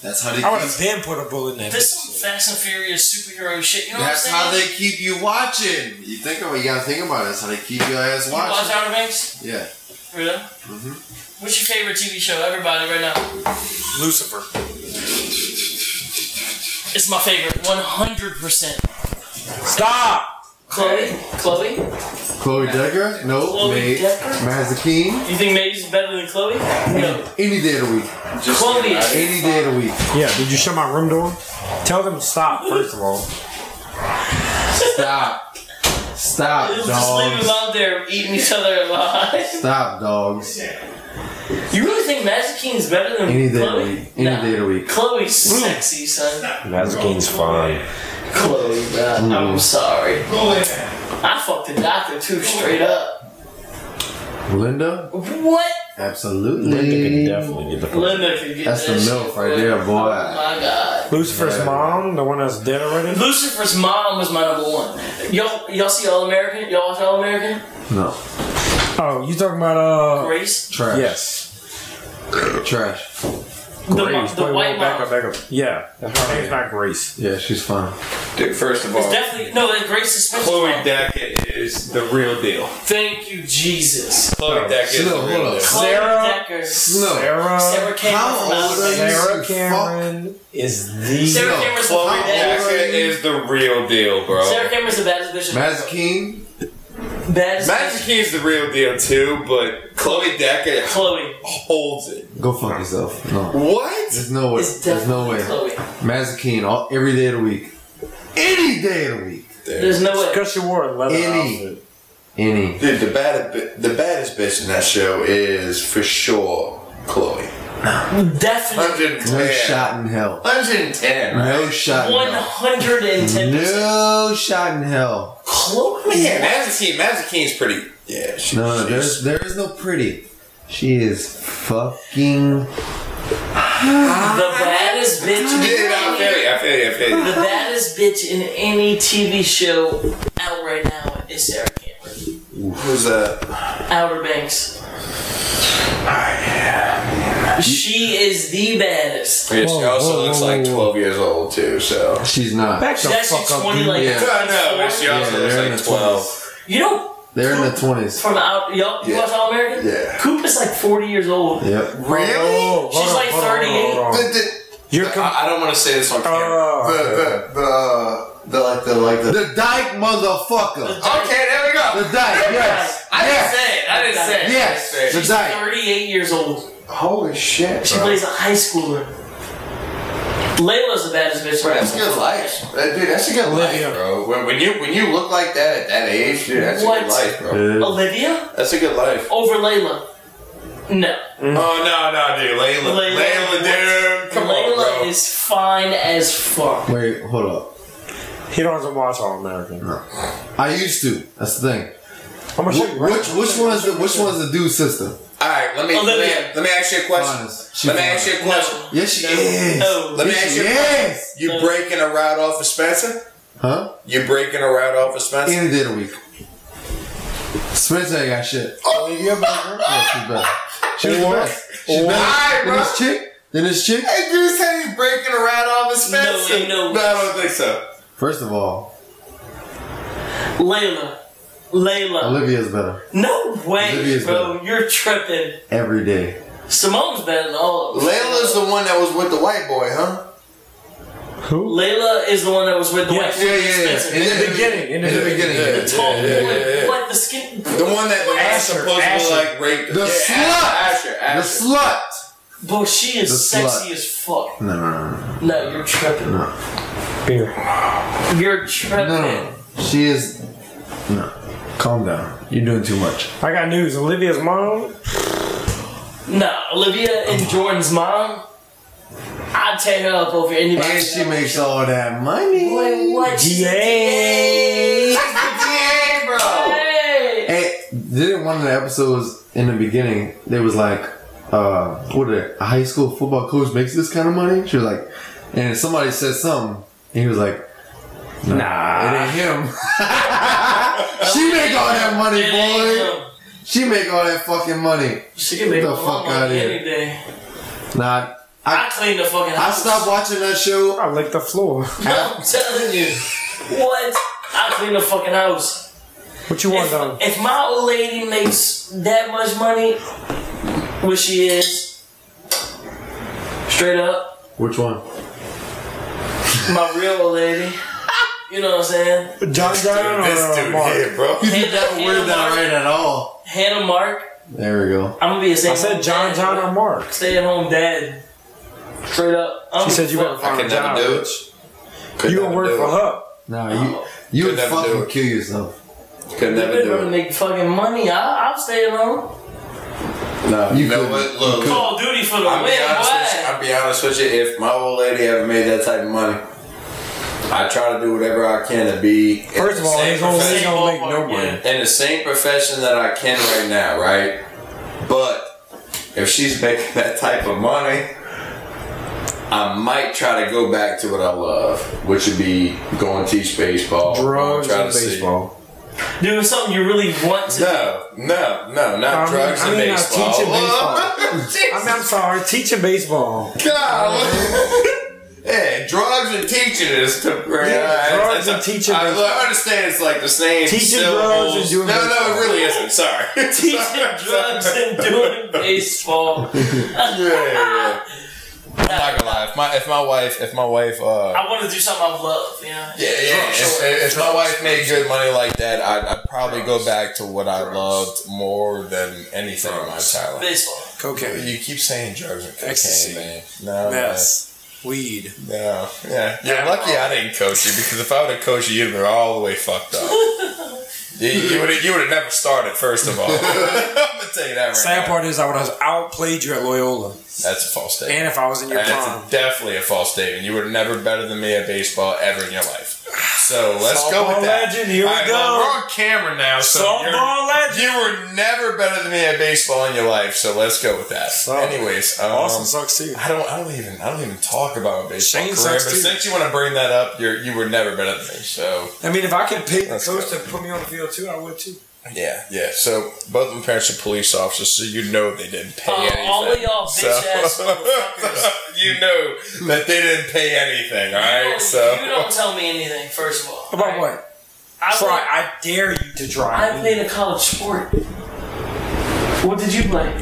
S3: That's how they.
S5: I would have
S3: Keep,
S5: been put a bullet in that.
S1: There's
S5: bitch.
S1: some Fast and Furious superhero shit. You know
S3: that's
S1: what I'm
S3: how
S1: saying?
S3: they keep you watching. You think about. You gotta think about it. That's how they keep your ass
S1: you watch
S3: watching.
S1: Outer Banks?
S3: Yeah.
S1: Really? Mm-hmm. What's your favorite TV show? Everybody, right now.
S5: Lucifer.
S1: It's my favorite. 100. percent
S5: Stop.
S1: Chloe. Chloe.
S3: Chloe Decker? No.
S1: Chloe
S3: Maid.
S1: Decker?
S3: Mazzucchini?
S1: You think Maeve's better than Chloe? No.
S3: Any day of the week.
S1: Chloe. is-
S3: Any day of the week.
S5: Yeah. Did you shut my room door? Tell them to stop first of all.
S3: Stop. Stop,
S1: Let's just leave them
S3: dogs.
S1: out there eating each other alive.
S3: Stop, dogs.
S1: You really think Magic King is better than
S3: Any day of
S1: Chloe?
S3: the week. Any
S1: Nah.
S3: day of the week. Mm.
S1: Chloe's sexy, son.
S2: Mazzucchini's fine.
S1: Chloe, bruh.
S3: Mm.
S1: I'm sorry. I fucked the doctor too, straight up.
S3: Linda?
S1: What?
S3: Absolutely.
S2: get the
S1: Linda could get
S3: That's the
S1: that shit,
S3: milf right there, boy.
S1: Oh my god.
S5: Lucifer's mom, the one that's dead already.
S1: Lucifer's mom was my number one. Y'all, y'all see All American? Y'all watch All American?
S3: No.
S5: Oh, you talking about uh?
S1: Grace,
S3: Trash.
S5: Yes.
S3: Trash.
S1: the, mo- the
S5: Wait,
S1: white
S5: wait, back
S1: mom.
S5: up, back up. Yeah, her name's not Grace.
S3: Yeah, she's fine.
S4: Dude, first of all,
S1: It's definitely no. That Grace is Spencer's
S6: Chloe
S1: mom.
S6: Deckett is the real deal.
S1: Thank you, Jesus.
S6: Chloe Deckett is the
S3: Slow, hold
S6: real
S3: up.
S6: deal.
S1: Chloe
S5: Sarah-
S1: Decker.
S3: No.
S5: Sarah,
S1: Sarah Cameron.
S3: How
S1: from
S3: old are
S1: Alabama.
S3: you?
S5: Sarah
S3: Fuck.
S5: Cameron is
S1: Sarah
S5: the.
S3: No.
S1: Cameron's the
S3: How
S1: fucking
S3: old
S1: bad.
S3: are
S6: Deckett is the real deal, bro.
S1: Sarah Cameron's the baddest bitch. in-
S3: Mazzucchini?
S1: That's
S4: Magic Keys the real deal too, but Chloe Decker
S1: Chloe.
S4: holds it.
S3: Go fuck yourself. No.
S4: What?
S3: There's no way.
S1: It's
S3: There's no
S1: definitely
S3: way.
S1: Chloe.
S3: Mazikeen all every day of the week. Any day of the week.
S1: There's no way.
S5: Because she wore a leather
S3: Any.
S5: outfit.
S3: Any.
S4: Dude, the baddest, the baddest bitch in that show is for sure Chloe.
S1: Definitely.
S4: 110.
S3: No shot in hell.
S4: 110, right?
S3: No shot in hell.
S1: 110%.
S3: No shot in hell.
S1: Chloe.
S4: Yeah, Mazikeen, Mazikeen's pretty. Yeah, she,
S3: No,
S4: she's-
S3: there's there is no pretty. She is fucking
S1: The baddest bitch in
S4: Yeah, I feel you, I feel you, I feel you.
S1: The baddest bitch in any TV show out right now is Sarah Cameron.
S4: Who's that?
S1: Outer Banks. She is the baddest.
S4: Yeah, she
S2: Whoa,
S4: also
S2: whoa,
S4: looks
S2: whoa,
S4: like
S2: whoa.
S4: 12 years old too, so.
S3: she's not.
S2: Back the
S1: She's actually
S2: fuck up,
S1: 20
S2: dude.
S1: like
S3: Yeah.
S4: I know, but she also
S3: Yeah,
S4: looks
S3: they're in
S4: like
S3: the
S4: 12.
S1: You know,
S3: They're in the twenties.
S1: from out, yup, you
S4: Yeah.
S1: watch All American?
S4: Yeah.
S1: Coop is like 40 years old.
S3: Yep.
S4: Really?
S5: Oh, hold
S1: She's
S5: on,
S1: like
S5: hold on, hold on, hold on.
S4: The- the-
S5: You're com-
S4: I, I don't want to say this on camera.
S5: Oh,
S3: the, the, uh, the, like, the, like, the, the dyke motherfucker.
S4: okay, there we go.
S3: The dyke, yes.
S4: I didn't say it. I didn't say it.
S3: Yes.
S4: I didn't say it.
S3: The dyke.
S1: 38 years old.
S4: Holy shit.
S1: She plays a high schooler. Layla's the baddest bitch. right
S4: That's
S1: now.
S4: good life, That- dude. That's a good
S5: Olivia.
S4: life, bro. When, when you when you look like that at that age, dude, that's a
S1: What?
S4: good life, bro.
S3: Yeah.
S1: Olivia
S4: That's a good life.
S1: over Layla. No.
S3: Mm.
S4: Oh no, no, dude, Layla,
S1: Layla.
S4: Layla, dude, come on,
S1: Layla
S4: bro.
S1: is fine as fuck.
S3: Wait, hold up.
S5: he don't have to watch All American.
S3: I used to. That's the thing.
S5: I'm gonna show you
S3: Wh-
S5: right
S3: Which which one's the which one's the dude sister?
S4: All right, let me, let
S1: Olivia.
S4: me let me ask you a question.
S3: Honest. She
S4: Let me
S3: fine.
S4: ask you a
S1: No.
S4: question.
S3: Yes, she
S1: No.
S3: is.
S1: No.
S4: Let me
S3: Yes,
S4: ask
S3: she
S4: you a question.
S3: is.
S4: You
S1: No.
S4: breaking a route off of Spencer?
S3: Huh?
S4: You breaking a route off of Spencer?
S3: Any day of the week. Spencer ain't got shit. Oh, you ever Yeah, she's better. She was the
S5: Or-
S3: best. She's
S5: or-
S3: better
S4: Alright,
S3: than
S4: bro.
S3: this chick. Than this chick.
S4: Hey, dude, say he's breaking a route off of
S1: ain't no way.
S4: I don't think so.
S3: First of all,
S1: Layla. Layla.
S3: Olivia's better
S1: No way,
S3: Olivia's
S1: bro. You're tripping.
S3: every day.
S1: Simone's better than all of them.
S4: Layla's the one that was with the white boy, huh?
S1: Layla is the one that was with the
S5: Yes.
S1: white chick, Spencer.
S5: In the beginning, in the beginning.
S1: The tall boy. What? The skin.
S4: The one that the
S5: Asher,
S4: supposed
S5: Asher.
S4: to like raped.
S3: The slut!
S4: Asher, Asher,
S3: The
S4: Asher.
S3: slut.
S1: Bro, she is
S3: The
S1: sexy
S3: slut.
S1: as fuck.
S3: No, no, no, no.
S1: No, you're tripping.
S5: Beer.
S1: You're tripping.
S3: No, no, no. She is. No. Calm down. You're doing too much.
S5: I got news. Olivia's mom.
S1: Nah, Olivia and Jordan's mom. I'd take her up over anybody.
S3: And she makes all that money.
S1: Boy, what? She's a
S5: Yay.
S4: Hey, bro.
S1: Hey.
S3: And didn't one of the episodes in the beginning, they was like, uh, what did it, a high school football coach makes this kind of money? She was like, and somebody said something, and he was like,
S5: Nah.
S1: Ah.
S3: it ain't him. she make all that money,
S1: It ain't
S3: boy.
S1: him.
S3: She make all that fucking money.
S1: She can make
S3: Get
S1: the
S3: the
S1: fuck
S3: fuck
S1: out of
S3: outta here.
S1: any day.
S3: Nah,
S1: I clean the fucking
S3: I
S1: house.
S3: stopped watching that show.
S5: I licked the floor.
S1: I'm telling you. What? I clean the fucking house.
S5: What you want done?
S1: If, if my old lady makes that much money, which she is, straight up,
S3: Which one?
S1: my real old lady, you know what I'm saying?
S5: John John or
S4: This
S5: uh,
S4: dude
S5: Mark?
S4: here, bro.
S3: You
S1: Hannah-
S3: did that
S1: Hannah
S3: word that
S1: Mark.
S3: right at all.
S1: Hannah Mark,
S3: There we go.
S1: I'm gonna be a stay
S5: I said John John or Mark.
S1: Stay at home dad. Straight up. I'm
S5: She said you better
S1: fuck.
S5: find a job.
S4: it.
S5: You gonna work for her?
S3: Nah, you
S1: Oh.
S3: you would
S4: Could never do
S3: fucking
S4: it.
S3: kill yourself.
S4: Could
S1: You
S4: never
S1: better
S4: do it.
S1: make fucking money. I, I'll stay at home.
S4: No,
S3: You
S4: you know
S3: could.
S4: what? Look, look.
S1: Call of Duty for the
S4: I'll be
S1: win.
S4: honest with you.
S1: Why?
S4: I'll be honest with you. If my old lady ever made that type of money, I try to do whatever I can to be. in
S5: First of
S4: the
S5: all,
S4: same
S5: his old
S4: profession-
S5: lady don't make no
S1: Ballpark, yeah.
S5: money.
S4: in the same profession that I can right now, right? But if she's making that type of money, I might try to go back to what I love, which would be going teach baseball,
S5: Drugs
S4: try
S5: and
S4: to see-
S5: baseball.
S1: Doing something you really want to.
S4: No, no, no, not
S5: I mean-
S4: drugs
S5: I
S4: and
S5: mean, uh,
S4: baseball.
S5: teaching baseball. I mean,
S4: Jesus
S5: I'm sorry, teaching baseball.
S4: God. Yeah, drugs and teaching is to, right,
S5: Yeah,
S4: I-
S5: drugs
S4: I-
S5: and teaching
S4: I,
S5: is-
S4: I understand it's like the same.
S5: Teaching
S4: syllables.
S5: drugs and doing
S4: No, no,
S5: baseball.
S4: it really isn't. Sorry.
S1: Teaching drugs and doing baseball.
S4: Yeah, yeah. I'm not gonna lie. If my if my wife if my wife uh
S1: I want to do something I love, you know?
S4: yeah, yeah if, if- if my wife made good money like that, I'd, I'd probably go back to what I loved more than anything in my childhood.
S1: Baseball.
S5: Cocaine.
S4: You keep saying drugs and
S5: Ecstasy.
S4: cocaine, man. No, man.
S5: Meth. Uh, Weed.
S4: no, yeah. You're lucky I didn't coach you because if I would have coached you, you'd have been all the way fucked up. you you would have you would have never started. First of all, I'm gonna tell you that right
S5: Sad
S4: now.
S5: part is I would have outplayed you at Loyola.
S4: That's a false statement.
S5: And if I was in your
S4: That's
S5: prime.
S4: definitely a false statement. You were never better than me at baseball ever in your life. So let's go
S5: Softball
S4: with that.
S5: legend, here we
S4: All right,
S5: go.
S4: well, we're on camera now, so you're-
S5: Softball legend.
S4: you were never better than me at baseball in your life. So let's go with that.
S5: So-
S4: Anyways, um,
S5: Austin sucks too.
S4: I don't. I don't even. I don't even talk about my baseball
S5: Shane
S4: career. But
S5: sucks too.
S4: since you want to bring that up, you're you were never better than me. So
S5: I mean, if I could pay the
S4: Let's
S5: coach
S4: go.
S5: to put me on the field too, I would too.
S4: yeah, yeah. So both of my parents are police officers, so you know they didn't pay
S1: Oh,
S4: anything.
S1: all of y'all bitch ass motherfuckers.
S4: you know that they didn't pay anything. All
S1: You
S4: right,
S1: don't-
S4: so
S1: Oh, You don't tell me anything, first of all.
S5: About what?
S1: I,
S5: Try.
S1: played,
S5: I dare you to try.
S1: I played a college sport. What did you play?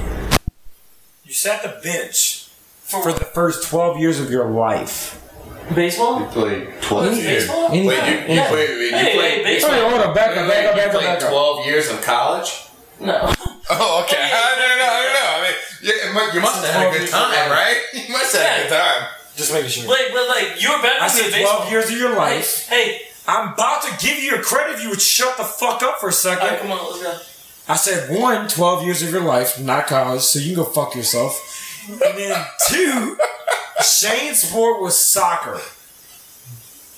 S5: You sat the bench for the first twelve years of your life.
S1: Baseball?
S3: Played
S1: Was
S3: 12
S1: it
S3: years.
S1: baseball?
S2: Any-
S4: Wait, you, you
S1: Yeah.
S4: played? You
S1: Hey,
S4: played?
S1: hey, baseball.
S2: hold up, back up, back up, back
S3: You
S2: up,
S3: played
S2: back up.
S3: 12 years of college?
S1: No.
S4: Oh, okay.
S1: Yeah.
S4: I don't know. I don't know. I mean, you, it mu- you must have had a good time, right? You must have had a good time.
S5: Just making sure.
S1: Like, but like, you were better
S5: I
S1: than me
S5: said
S1: at baseball.
S5: twelve years of your
S1: Hey,
S5: life.
S1: hey,
S5: I'm about to give you your credit if you would shut the fuck up for a second.
S1: alright, come on, let's go.
S5: I said one, 12 years of your life, not college, so you can go fuck yourself. And then two, Shane's sport was soccer.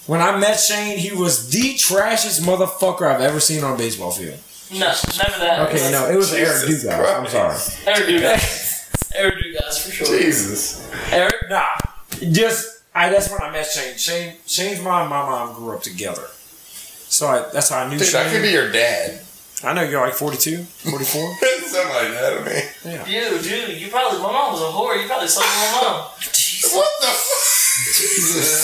S5: When I met Shane, he was the trashiest motherfucker I've ever seen on a baseball field.
S1: No, never that.
S5: Okay, no, it was Eric
S4: Jesus
S5: Dugas. I'm sorry.
S1: Eric Dugas. Eric Dugas, for sure.
S4: Jesus.
S1: Eric?
S5: Nah, just I. That's when I met Shane. Shane, Shane's mom, and my mom grew up together, so I, that's how I knew
S4: Dude, I could
S5: Shane.
S4: be your dad.
S5: I know you're like 42, 44.
S4: Something like that. I mean,
S1: You, dude, you probably, my mom was a whore. You probably slept with my mom.
S4: what the fuck? Jesus.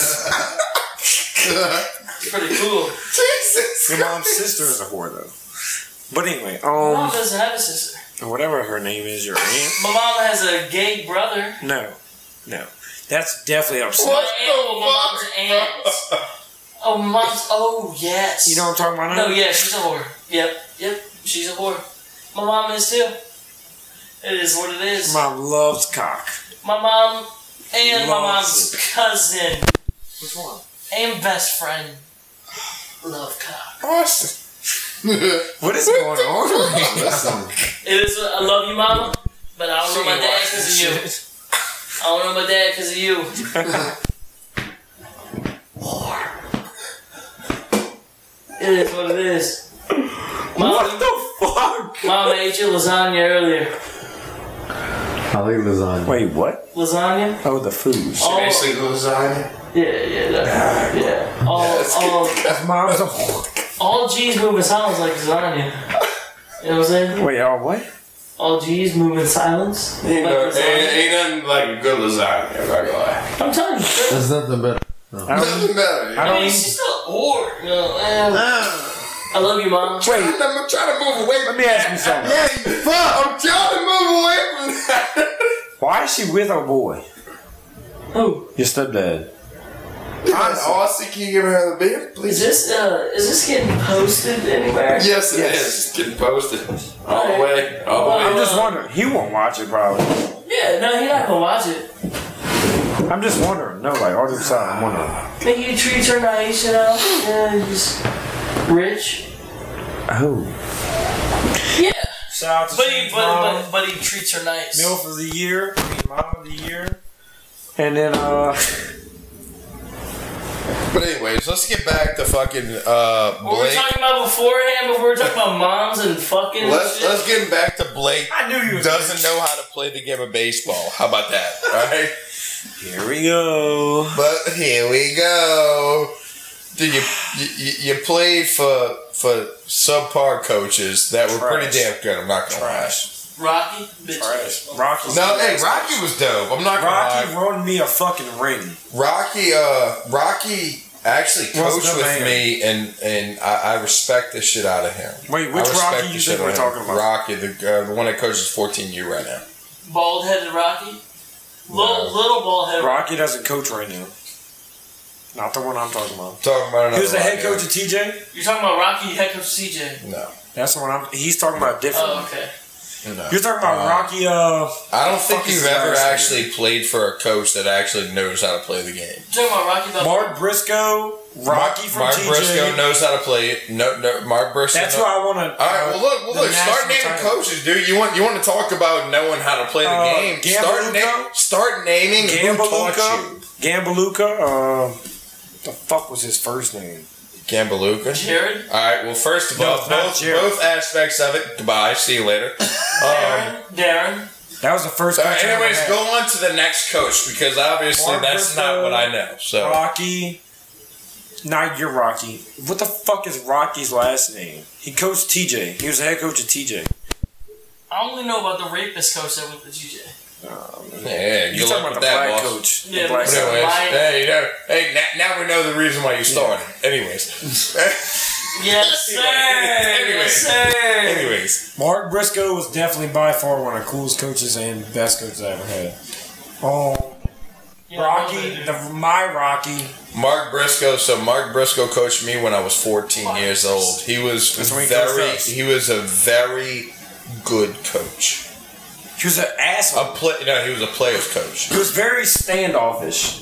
S1: Pretty cool.
S4: Jesus.
S5: Your mom's sister is a whore though. But anyway,
S1: My mom
S5: um,
S1: doesn't have a sister.
S5: whatever her name is, your aunt.
S1: My mom has a gay brother.
S5: No, no, that's definitely upset.
S1: My
S4: What
S1: aunt-
S4: the
S1: oh, my
S4: fuck,
S1: mom's aunt. Oh, my mom's, oh, yes.
S5: You know what I'm talking about?
S1: No,
S5: Now?
S1: yeah, she's a whore. Yep, yep, she's a whore. My mom is too. It is what it is.
S5: Mom loves cock.
S1: My mom and my
S5: Loves
S1: mom's cousin
S5: Which one?
S1: and best friend love cock.
S4: Austin.
S5: What is going on? right now?
S1: It is. I love you, mama, but I don't know my
S5: She
S1: dad
S5: watches
S1: because of you. I don't know my dad because of you. Whore. It is what it is. Mom,
S5: What the fuck?
S1: mom ate your lasagna earlier.
S3: I like lasagna.
S5: Wait, what?
S1: Lasagna.
S5: Oh, the food.
S1: All,
S4: Basically, lasagna.
S1: yeah, yeah, that, yeah. All, all,
S5: Mom's a whore.
S1: all G's moving silence like lasagna. You know what I'm saying?
S5: Wait, oh what?
S1: All G's moving silence.
S4: Ain't,
S1: like
S4: no, ain't,
S1: lasagna.
S4: ain't nothing like a good lasagna. If I go lie.
S1: I'm telling you. straight.
S3: There's nothing better.
S5: I don't,
S4: Nothing better.
S5: I
S1: I
S5: don't
S1: mean,
S5: even.
S1: she's still a whore. You know, man. I love you, mom.
S5: Wait,
S4: I'm trying to move away.
S5: let me ask you something.
S4: Yeah, you fuck. I'm trying to move away from that.
S5: Why is she with a boy?
S1: Who
S5: Your stepdad.
S4: I'm Austin. Can you give me another beer,
S1: is
S4: please?
S1: this? Uh, is this getting posted anywhere?
S4: Yes, it is.
S5: Yes.
S4: It's getting posted. All the way. All the way.
S5: I'm just wondering. He won't watch it probably.
S1: Yeah, no, he not gonna watch it.
S5: I'm just wondering. No, like all the time. I'm wondering.
S1: Think you treat her nice, you know? Yeah, he's rich.
S5: Oh.
S1: Yeah,
S5: Shout out to
S1: but he,
S5: Shane's
S1: but,
S5: mom.
S4: Um,
S1: but, but he treats her nice.
S5: MILF of the year. I mean, mom of the year. And then uh,
S4: But anyways, let's get back to fucking uh,
S1: What we were
S4: Blake.
S1: talking about beforehand, before we were talking about moms and fucking.
S4: Let's
S1: shit.
S4: let's get back to Blake.
S5: I knew you was
S4: doesn't know how to play the game of baseball. How about that? All right.
S5: here we go.
S4: But here we go. Dude, you, you you played for for subpar coaches that were pretty
S5: Trash.
S4: damn good. I'm not gonna
S1: Rocky, bitch.
S5: Rocky.
S4: lie. No, hey, Rocky was dope. I'm not gonna
S5: Rocky
S4: lie.
S5: won me a fucking ring.
S4: Rocky, uh, Rocky actually
S5: Was
S4: coached
S5: the
S4: with
S5: man.
S4: me, and and I, I respect the shit out of him.
S5: Wait,
S4: I
S5: which
S4: respect
S5: Rocky
S4: the
S5: you
S4: shit
S5: think we're
S4: out of him.
S5: talking about?
S4: Rocky, the uh, the one that coaches 14U right now.
S1: Bald headed Rocky. Little, little ball head.
S5: Rocky doesn't coach right now. Not the one I'm talking about.
S4: Talking about another.
S5: Who's the head
S4: Rocky.
S5: coach of TJ?
S1: You're talking about Rocky head coach CJ.
S4: No,
S5: That's the one I'm. He's talking about a different.
S1: Oh,
S5: one.
S1: okay.
S4: no.
S5: You're talking about
S4: Uh,
S5: Rocky. Uh,
S4: I don't think
S5: Fuck
S4: you've
S5: is
S4: ever
S5: Larson.
S4: actually played for a coach that actually knows how to play the game.
S1: You're talking about Rocky Balboa.
S5: Mark Briscoe, Rocky from
S4: Mark
S5: TJ.
S4: Briscoe knows how to play it. No, no Mark Briscoe.
S5: That's
S4: know-
S5: why I want to.
S4: All right. Well, look, well, look.
S5: the
S4: Start
S5: national
S4: naming
S5: title.
S4: coaches, dude. You want you want to talk about knowing how to play the
S5: Uh,
S4: game? Start,
S5: Gambaluka?
S4: na- start naming who taught
S5: Gambaluka.
S4: you.
S5: Gambaluka. Um, the fuck was his first name?
S4: Gambaluka.
S1: Jared.
S4: All right. Well, first of
S5: No,
S4: all,
S5: it's not
S4: both,
S5: Jared.
S4: both aspects of it. Goodbye. See you later. um,
S1: Darren. Darren.
S5: That was the first.
S4: so,
S5: coach I ever
S4: anyways,
S5: had.
S4: go on to the next coach because obviously
S5: Mark
S4: that's not
S5: Briscoe.
S4: what I know. So
S5: Rocky. Not your Rocky. What the fuck is Rocky's last name? He coached TJ. He was the head coach of TJ.
S1: I only know about the rapist coach that went to TJ.
S4: yeah,
S5: You're
S4: you
S5: Um, talking
S4: look
S5: about
S4: with
S5: the
S4: that boss.
S5: black coach. The
S1: Yeah,
S5: black
S1: but-
S5: coach.
S4: Anyways,
S1: Why-
S4: hey, you know, hey, na- now, we know the reason why you started. Anyways,
S1: Yes, sir. yes, sir.
S4: anyways,
S5: Mark Briscoe was definitely by far one of the coolest coaches and best coaches I ever had. Oh,
S1: Yeah,
S5: Rocky, the, my Rocky.
S4: Mark Briscoe. So Mark Briscoe coached me when I was 14 years old. He was
S5: That's when he coached
S4: very,
S5: us.
S4: he was a very good coach.
S5: He was an
S4: A
S5: asshole.
S4: play, no, he was a player's coach.
S5: He was very standoffish.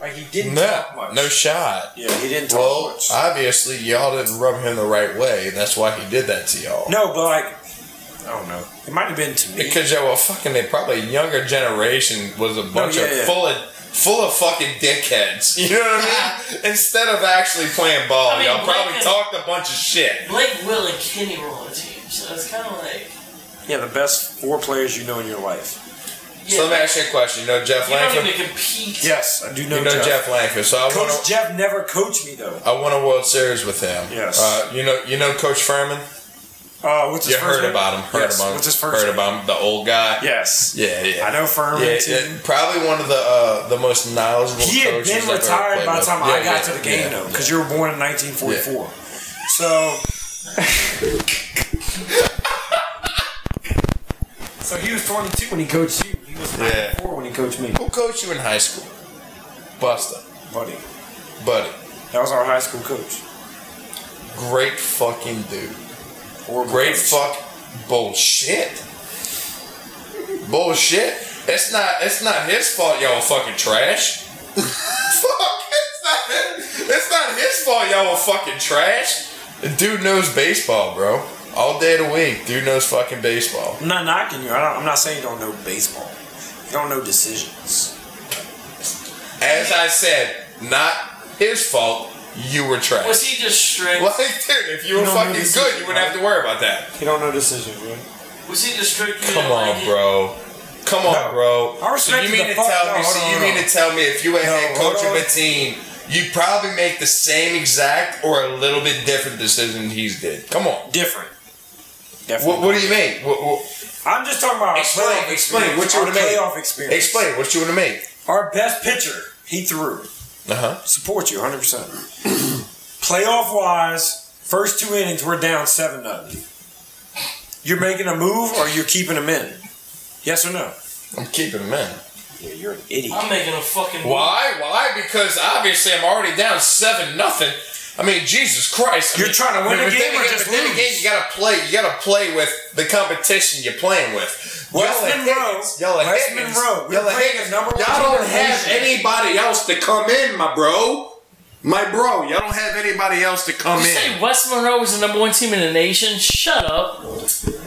S5: Like he didn't
S4: No,
S5: talk much.
S4: no shot.
S5: yeah, he didn't talk
S4: Well,
S5: much.
S4: obviously y'all didn't rub him the right way. and That's why he did that to y'all.
S5: no, but like, I don't know. It might have been to me.
S4: Because yeah, well, fucking, they probably younger generation was a bunch
S5: yeah,
S4: of
S5: yeah.
S4: full of full of fucking dickheads. You know what I mean? Instead of actually playing ball,
S1: I mean,
S4: y'all probably
S1: Blake-
S4: talked a bunch of shit.
S1: Blake Will and Kenny were on the team, so it's kind of like.
S5: Yeah, the best four players you know in your life.
S1: Yeah,
S4: So let me ask you a question. You know Jeff
S1: you don't
S4: Langford?
S1: even compete.
S5: Yes, I do know,
S4: You know
S5: Jeff.
S4: Jeff Langford. So I
S5: Coach
S4: won a,
S5: Jeff never coached me though.
S4: I won a World Series with him.
S5: Yes.
S4: Uh, you know you know Coach Furman?
S5: Uh, what's his
S4: You
S5: first
S4: heard
S5: name?
S4: about him. Heard
S5: Yes,
S4: about him.
S5: What's his first
S4: heard
S5: name?
S4: about him, the old guy.
S5: Yes.
S4: Yeah, yeah.
S5: I know Furman
S4: Yeah,
S5: too.
S4: yeah, probably one of the uh, the most knowledgeable.
S5: He had
S4: coaches
S5: been
S4: I've ever
S5: retired
S4: played
S5: by the
S4: with.
S5: time
S4: Yeah,
S5: I got
S4: yeah,
S5: to the game,
S4: yeah.
S5: though, because you were born in 1944. So. so he was 22 when he coached you. He was
S4: Yeah.
S5: 94 when he coached me,
S4: Who coached you in high school? Buster,
S5: buddy.
S4: buddy,
S5: That was our high school coach.
S4: great fucking dude.
S5: Horrible
S4: Great
S5: coach.
S4: fuck bullshit. Bullshit. It's not. It's not his fault. Y'all were fucking trash. fuck. It's not. It's not his fault. Y'all were fucking trash. The dude knows baseball, bro. All day of the week, dude knows fucking baseball.
S5: I'm not knocking you. I don't, I'm not saying you don't know baseball. You don't know decisions.
S4: As I said, not his fault. You were trash.
S1: Was he just strict?
S4: Like, dude, if you were
S5: You don't
S4: fucking
S5: know this
S4: good,
S5: is-
S4: you wouldn't have to worry about that.
S5: You don't know decisions, man.
S1: Was he just strict? You didn't
S4: Come
S1: like
S4: on,
S1: it?
S4: bro. Come on,
S5: No.
S4: bro.
S5: I respect
S4: so you
S5: the
S4: mean to
S5: fuck-
S4: tell
S5: no,
S4: me?
S5: hold
S4: so
S5: on,
S4: you
S5: hold
S4: mean
S5: on.
S4: to tell me if you were
S5: No,
S4: head coach
S5: hold
S4: of a
S5: on.
S4: team, you probably make the same exact or a little bit different decision he's did? Come on.
S5: Different. Definitely.
S4: What, what do you mean? What, what,
S5: I'm just talking about our
S4: Explain,
S5: playoff
S4: explain
S5: experience.
S4: what you
S5: Our
S4: would've made.
S5: playoff experience.
S4: explain what you want to make.
S5: Our best pitcher, he threw.
S4: Uh
S5: Uh-huh.
S4: huh.
S5: Support you 100%. Playoff wise, first two innings, we're down 7 nothing. You're making a move or you're keeping them in? Yes or no?
S4: I'm keeping him in.
S5: Yeah, you're an idiot.
S1: I'm making a fucking.
S4: Why? Why? Because obviously I'm already down seven nothing. I mean, Jesus Christ! I
S5: You're
S4: mean,
S5: trying to win
S4: but
S5: the
S4: then
S5: game or
S4: again-
S5: just
S4: but then
S5: lose?
S4: again, you gotta play. You gotta play with the competition you're playing with.
S5: West
S4: Y'all are
S5: Monroe-
S4: Higgins. Y'all are
S5: West
S4: Higgins.
S5: Monroe. We
S4: Y'all are
S5: played the
S4: Higgins.
S5: number one
S4: Y'all
S5: team
S4: don't
S5: in the
S4: have
S5: nation.
S4: anybody else to come in, my bro. My bro, y'all don't have anybody else to come
S1: Did you
S4: in.
S1: say West Monroe was the number one team in the nation? Shut up.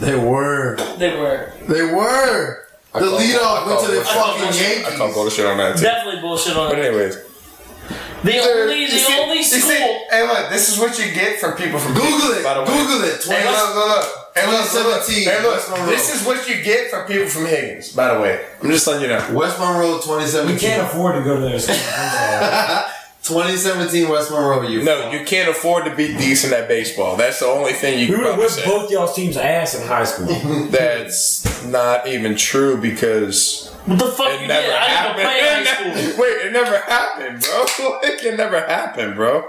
S3: They were.
S1: They were.
S3: They were. The
S4: call- I
S3: leadoff went to
S4: call
S3: the
S4: it-
S1: I
S3: fucking
S1: call it-
S3: Yankees.
S4: bullshit on that.
S1: Definitely bullshit on it.
S4: anyways,
S1: The only,
S3: You
S1: the
S3: see-
S1: only
S3: you see-
S1: school.
S4: hey, look, this is what you get from people from
S3: Google it.
S4: By the way.
S3: Google it.
S4: Hey, look,
S3: 20,
S4: look, look. Hey, look, look, look.
S3: 2017,
S4: Hey,
S3: West
S4: look.
S3: Monroe.
S4: This is what you get from people from Higgins, by the way. I'm just letting you know.
S3: West Monroe 2017.
S5: We can't afford to go to those games. I'm sorry.
S3: 2017 West Monroe. You
S4: No, you can't afford to be decent at baseball. That's the only thing you
S5: We
S4: can
S5: would have
S4: probably
S5: whipped
S4: say.
S5: both y'all's teams' ass in high school.
S4: That's not even true because
S1: What the fuck
S4: it
S1: you
S4: never
S1: did? I didn't
S4: happened.
S1: play in high school.
S4: Wait, it never happened, bro. Like, it never happened, bro.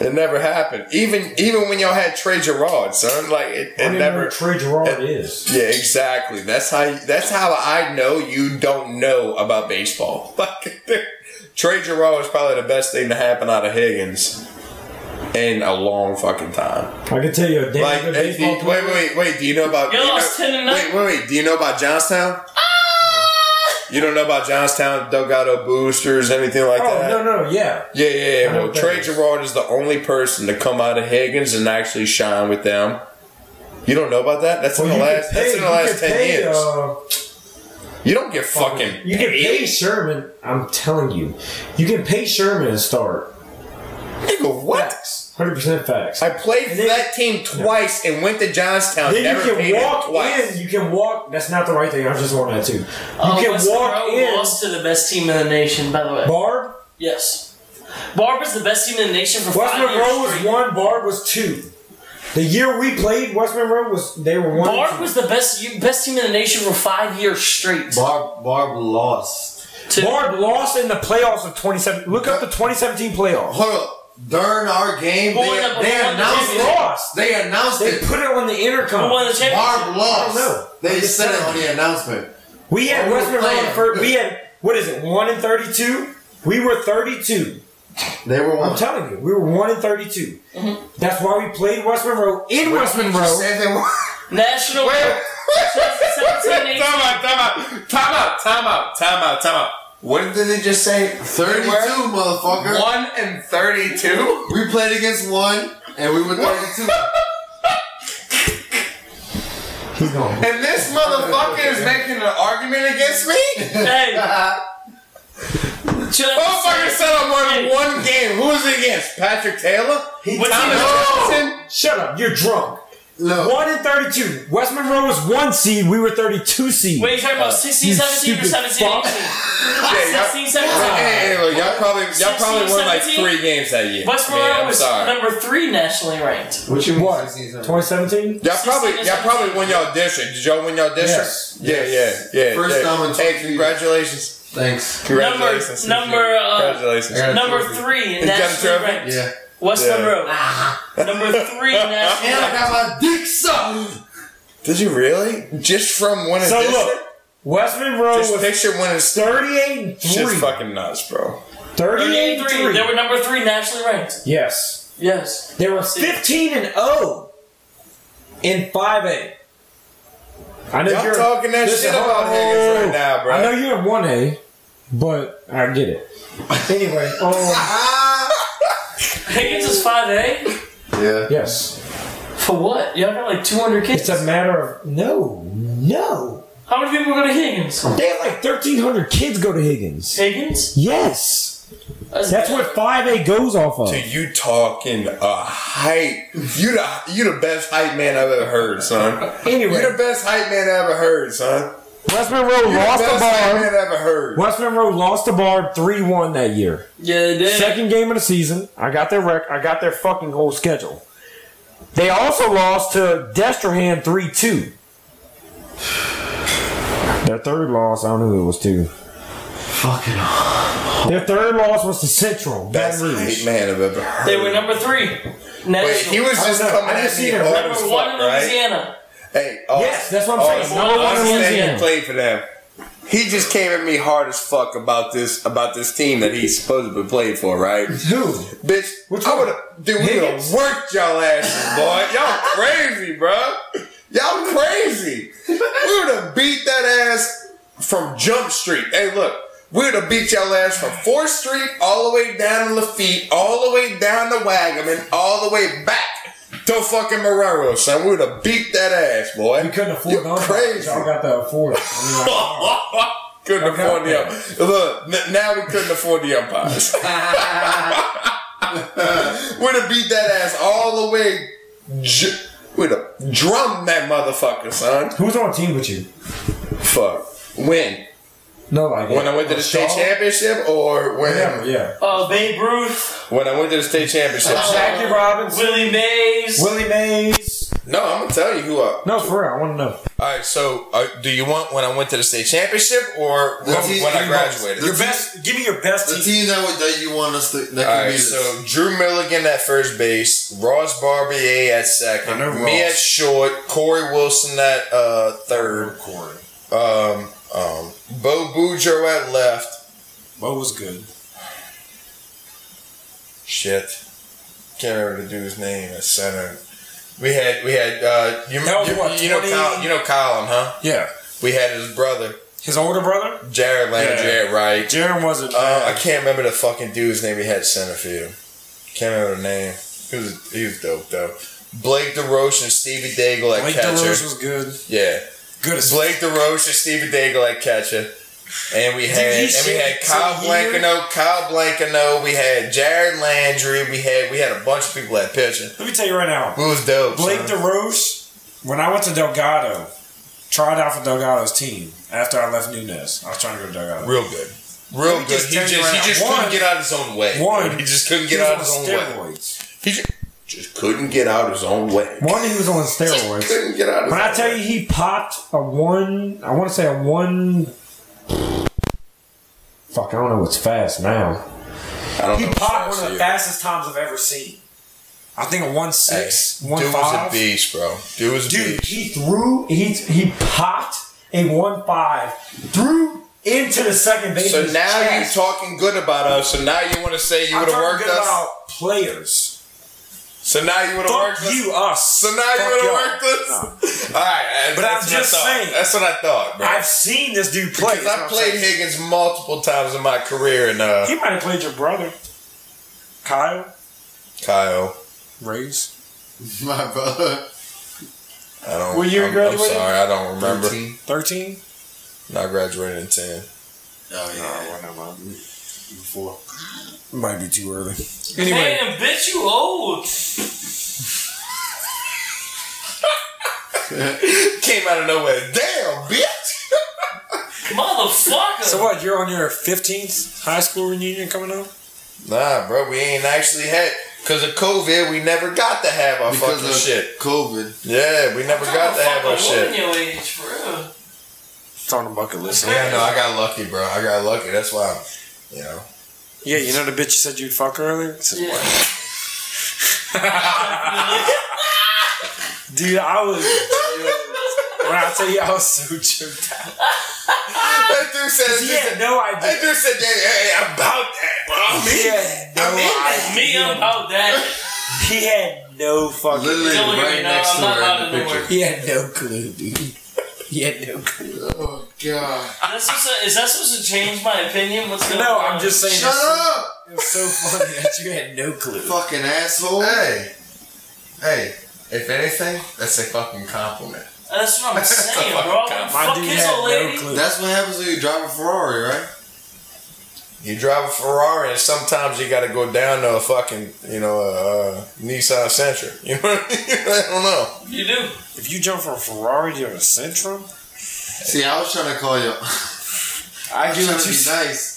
S4: It never happened. Even even when y'all had Trey Gerard, son, like it,
S5: I
S4: it
S5: don't know
S4: never.
S5: what Trey Gerard
S4: it-
S5: is.
S4: Yeah, exactly. That's how. That's how I know you don't know about baseball. Like Trey Gerard is probably the best thing to happen out of Higgins in a long fucking time.
S5: I can tell you a damn
S4: Like,
S5: good
S4: hey, do-
S5: baseball
S4: wait,
S5: player.
S4: wait, wait, Do you know about?
S1: You
S4: do you
S1: lost
S4: know-
S1: 10 to
S4: Wait, wait, wait. Do you know about Johnstown? You don't know about Johnstown, Delgado boosters, anything like
S5: Oh
S4: that?
S5: no no yeah.
S4: Yeah, yeah,
S5: I
S4: yeah.
S5: know
S4: Well,
S5: what that
S4: Trey
S5: is.
S4: Gerard is the only person to come out of Higgins and actually shine with them. You don't know about that? That's
S5: Well,
S4: in the
S5: you
S4: last.
S5: get
S4: that's in the
S5: paid- you
S4: last
S5: get
S4: ten
S5: paid,
S4: years.
S5: uh,
S4: you don't get fucking.
S5: You can pay Sherman. I'm telling you, you can pay Sherman and start.
S4: Nigga, what?
S5: Hundred percent facts.
S4: I played for
S5: And then-
S4: that team twice and went to Johnstown.
S5: then
S4: never
S5: you
S4: paid
S5: can
S4: him
S5: walk
S4: twice.
S5: in. You can walk. That's not the right thing. I just want that too. You
S1: Uh,
S5: can
S1: West
S5: walk
S1: Monroe
S5: in.
S1: Lost to the best team in the nation, by the way.
S5: Barb.
S1: yes. Barb is the best team in the nation for
S5: West
S1: five years
S5: Monroe was
S1: straight.
S5: one. Barb was two. The year we played, West Monroe was they were one. and
S1: Barb
S5: two.
S1: was the best you- best team in the nation for five years straight.
S3: Barb Barb lost.
S1: To-
S5: Barb lost in the playoffs of 27. Look up the 2017 playoffs.
S3: Hold up. During our game,
S1: Who
S3: they,
S1: won the- who
S3: they
S1: won the
S3: announced
S1: championship?
S3: it.
S5: Lost.
S3: They announced
S5: They
S3: it.
S5: put it on the intercom.
S1: Who won the championship?
S3: Barb
S5: I don't know.
S3: lost. They
S5: I'm just
S3: said it
S5: telling
S3: on the announcement.
S5: We had
S3: Oh, we
S5: West
S3: were
S5: Monroe.
S3: playing.
S5: in fir- We had what is it? One in thirty-two. We were thirty-two.
S3: They were one.
S5: I'm telling you, we were one in 32
S1: Mm-hmm.
S5: That's why we played West Monroe in West Monroe.
S3: Said they won.
S1: National.
S4: Time
S1: 2017,
S4: out, time out, time out, time out, time out, time out. What did they just say?
S3: 32, motherfucker.
S4: One and thirty-two.
S3: We played against one, and we were 32.
S5: He's gone.
S4: And this motherfucker is making an argument against me?
S1: Hey. 2017
S4: Oh, Motherfucker said I
S1: Hey.
S4: won one game. Who is it against? Patrick Taylor?
S1: What's
S4: Thomas
S1: he-
S4: Jefferson?
S5: Shut up. You're drunk.
S3: Look,
S5: One in thirty-two. West Monroe was one seed. We were thirty-two seed.
S1: Wait, you're talking about 16,
S5: you
S1: 17, or
S5: stupid
S1: 17,
S5: fuck.
S1: 18?
S4: Yeah, y'all-
S1: 16, 17.
S4: Hey, hey, look, y'all probably y'all probably won like
S1: 16,
S4: three games that year.
S1: West
S4: Man,
S1: Monroe
S4: I'm
S1: was
S4: sorry.
S1: number three nationally ranked.
S3: what you mean?
S5: What?
S3: 16, 17?
S5: 2017.
S4: Y'all probably
S1: 16 or
S4: y'all probably won y'all district. Did y'all win y'all district?
S5: Yes.
S4: Yeah,
S3: Yes.
S4: yeah, yeah.
S3: First
S4: yeah.
S3: time in
S4: Hey,
S3: 22
S4: congratulations.
S3: Thanks.
S4: Congratulations.
S1: number, uh,
S4: congratulations.
S3: I got a
S1: Number
S3: trophy.
S1: three
S4: got a
S1: nationally
S4: trophy?
S1: ranked.
S3: Yeah.
S1: West
S4: Yeah.
S1: Monroe. Number three nationally
S3: And I
S1: ranked.
S3: got my dick sucked.
S4: Did you really? Just from winning
S5: So
S4: district?
S5: look, West Monroe
S4: Just
S5: was
S4: picture winning district.
S5: thirty-eight and
S4: Shit's
S5: three.
S4: fucking nuts, bro.
S5: Thirty-eight and
S1: 3. They were
S5: three.
S1: number three nationally ranked.
S5: Yes,
S1: Yes.
S5: they were fifteen and zero in five A. I know
S4: Y'all
S5: you're
S4: talking that
S5: listen,
S4: shit about
S5: hold on.
S4: Higgins right now, bro.
S5: I know you're in one A, but I get it. Anyway, um,
S1: Higgins is 5A?
S3: Yeah.
S5: yes,
S1: For what? Y'all got like 200 kids.
S5: it's a matter of no, no.
S1: How many people go to Higgins?
S5: They have like 1,300 kids go to Higgins.
S1: Higgins?
S5: Yes, that's what five A goes off of.
S4: Dude, you talking a hype? You the you the best hype man I've ever heard, son.
S5: Anyway.
S4: you the best hype man I ever heard, son.
S5: West Monroe
S4: You
S5: lost
S4: the
S5: the
S4: best hype man
S5: bar.
S4: I ever heard.
S5: West Monroe lost the bar three one that year.
S1: Yeah, they did.
S5: Second game of the season. I got their rec. I got their fucking whole schedule. They also lost to Destrehan three two. Their third loss, I don't know who it was to.
S3: Fucking off.
S5: Their third loss was to Central.
S4: Best
S5: Baton Rouge.
S4: hype man I've ever heard.
S1: They were number three nationally.
S4: Wait, he was just
S5: know.
S4: coming
S5: I
S4: at
S5: just
S4: me
S5: seen it.
S4: hard
S1: number
S4: as fuck,
S1: one in
S4: right?
S1: Louisiana.
S4: Hey, Austin,
S5: Yes, that's what I'm saying.
S4: Austin,
S5: Number one in
S4: Austin
S5: Louisiana.
S4: played for them. He just came at me hard as fuck about this about this team that he's supposed to be played for, right?
S5: Who?
S4: Bitch,
S5: Which
S4: I
S5: one?
S4: would have, dude, we would have
S5: Higgins?
S4: worked y'all asses, boy. Y'all crazy, bro. Y'all crazy. We would have beat that ass from Jump Street. Hey, look, we would have beat y'all ass from 4th Street all the way down to Lafitte, all the way down to Wagaman, all the way back to fucking Marrero, son. We would have beat that ass, boy.
S5: We couldn't afford
S4: You're
S5: them.
S4: crazy.
S5: Y'all got to afford it. I mean, like,
S4: couldn't
S5: Okay.
S4: afford the umpires. Look, n- now we couldn't afford the umpires. We'd have beat that ass all the way. J- We'd have drummed that motherfucker, son.
S5: who's on team with you?
S4: Fuck. When?
S5: No, like
S4: When I went to the state championship, or when?
S5: Yeah, yeah.
S1: Uh, Babe Ruth,
S4: Oh, When I went to the state championship.
S5: Jackie Robinson,
S1: Willie Mays.
S5: Willie Mays,
S4: No, I'm gonna tell you who I.
S5: No, for real. I want to know.
S4: All right, so uh, do you want when I went to the state championship or when,
S3: team-
S4: when I
S3: give me both.
S4: graduated?
S5: Your best. Give me your best
S3: The
S5: team.
S3: team that would- that you want us to that
S4: All
S3: can
S4: right,
S3: beat us.
S4: so Drew Milligan at first base, Ross Barbier at second,
S6: I know
S4: me
S6: Ross.
S4: at short, Corey Wilson at uh, third,
S6: Corey.
S4: um, um, Bo Bujo at left.
S5: Bo was good.
S4: Shit, can't remember the dude's name at center. We had we had uh, you,
S5: That was
S4: you,
S5: what,
S4: you know
S5: 20?
S4: Col- you know Colin, huh?
S5: Yeah.
S4: We had his brother
S5: His older brother,
S4: Jared Landry
S5: Yeah.
S4: at right.
S5: Jaron, wasn't.
S4: Uh,
S5: bad.
S4: I can't remember the fucking dude's name. He had center field. Can't remember the name. He was he was dope though. Blake DeRoche and Stevie Daigle at
S5: Blake
S4: catcher.
S5: DeRoche was good.
S4: Yeah,
S5: Good as
S4: Blake DeRoche and Stevie Daigle at catcher. And we had
S5: you
S4: and we
S5: say
S4: had
S5: it's
S4: Kyle
S5: a year?
S4: Blankano, Kyle Blankano. We had Jared Landry. We had we had a bunch of people at pitching.
S5: Let me tell you right now,
S4: We was dope.
S5: Blake
S4: son.
S5: DeRoche. When I went to Delgado, tried out for Delgado's team after I left Nunez. I was trying to go to Delgado.
S4: real good, real
S5: Let me
S4: good.
S5: just
S4: he
S5: tell
S4: just
S5: you right
S4: he
S5: now,
S4: just
S5: one-
S4: couldn't get out of his own way.
S5: one,
S4: he just couldn't
S5: He
S4: get out of
S5: was
S4: his
S5: on
S4: own way.
S5: steroids.
S4: He just, just couldn't get out of his own way.
S5: One, he was on steroids.
S4: Couldn't get out of
S5: When
S4: his
S5: I
S4: own
S5: tell
S4: way.
S5: you he popped a one, I want to say a one. Fuck, I don't know what's fast now.
S4: I don't
S5: He
S4: know if
S5: popped
S4: it's
S5: one of the
S4: last year.
S5: fastest times I've ever seen. I think a one six,
S4: Hey,
S5: one
S4: dude
S5: five.
S4: was a beast, bro. Dude was a
S5: Dude,
S4: beast.
S5: he threw. He he popped a one five, threw into the second base.
S4: So now you're talking good about us. So now you want to say you
S5: I'm
S4: would have
S5: talking
S4: worked
S5: good
S4: us.
S5: about players.
S4: So now you would have
S5: Fuck
S4: worked us.
S5: you, us.
S4: So now you
S5: Fuck
S4: would have
S5: y'all.
S4: worked us. All right,
S5: But
S4: that's
S5: I'm
S4: what I
S5: just
S4: thought.
S5: saying.
S4: That's what I thought, bro.
S5: I've seen this dude play.
S4: because
S5: is
S4: I
S5: what I'm
S4: played
S5: saying.
S4: Higgins multiple times in my career, and uh,
S5: He might have played your brother, Kyle
S4: Kyle,
S5: Rays.
S3: My brother. Oh,
S4: I don't.
S5: What year
S4: I'm,
S5: graduated?
S4: I'm sorry, I don't remember.
S3: 13.
S5: Thirteen.
S4: Not graduating in ten.
S3: Oh yeah. Before.
S5: Might be too early. Anyway,
S1: Damn, bitch, you old.
S4: Came out of nowhere. Damn, bitch.
S1: Motherfucker.
S5: so what? You're on your fifteenth high school reunion coming up.
S4: Nah, bro, we ain't actually had because of COVID. We never got to have our
S3: Because
S4: fucking
S3: of
S4: shit.
S3: COVID.
S4: Yeah, we never got to have our shit.
S1: your age, for real.
S5: It's on the bucket list.
S4: Yeah, no, I got lucky, bro. I got lucky. That's why, I'm, you know.
S5: Yeah, you know the bitch you said you'd fuck earlier. It's just-
S1: Yeah.
S5: Dude, I was. when I tell you, I was so choked out.
S4: That dude said,
S5: He had no
S4: that
S5: idea.
S4: dude said, hey, hey, I'm about that, bro. I'm
S5: He
S4: in that.
S5: had no
S1: That's
S5: idea.
S1: me, I'm about that.
S5: He had no fucking.
S3: Literally
S1: Don't even
S3: right
S1: know,
S3: next
S1: I'm
S3: to
S1: not
S3: her
S1: out
S3: in
S1: of
S3: the
S1: nowhere.
S3: picture.
S5: He had no clue, dude. He had no clue.
S3: Oh god.
S1: That's what's is that supposed to change my opinion? What's going
S5: No,
S1: on?
S5: I'm just saying.
S3: Shut
S5: it's-
S3: up!
S5: It was so funny that you had no clue.
S3: Fucking asshole.
S4: Hey, hey, if anything, that's a fucking compliment.
S1: That's what I'm saying, bro.
S4: My
S5: My
S1: Fuck
S5: dude
S1: his
S5: had
S1: old
S5: no
S1: lady.
S5: clue.
S3: That's what happens when you drive a Ferrari, right?
S4: You drive a Ferrari, and sometimes you got to go down to a fucking, you know, a, uh Nissan Sentra. You know what I mean? I don't know.
S1: You do.
S5: if you jump from a Ferrari to a Sentra,
S3: See, I was trying to call you. I
S5: I
S3: was
S5: get
S3: trying
S5: what
S3: to
S5: you
S3: be nice.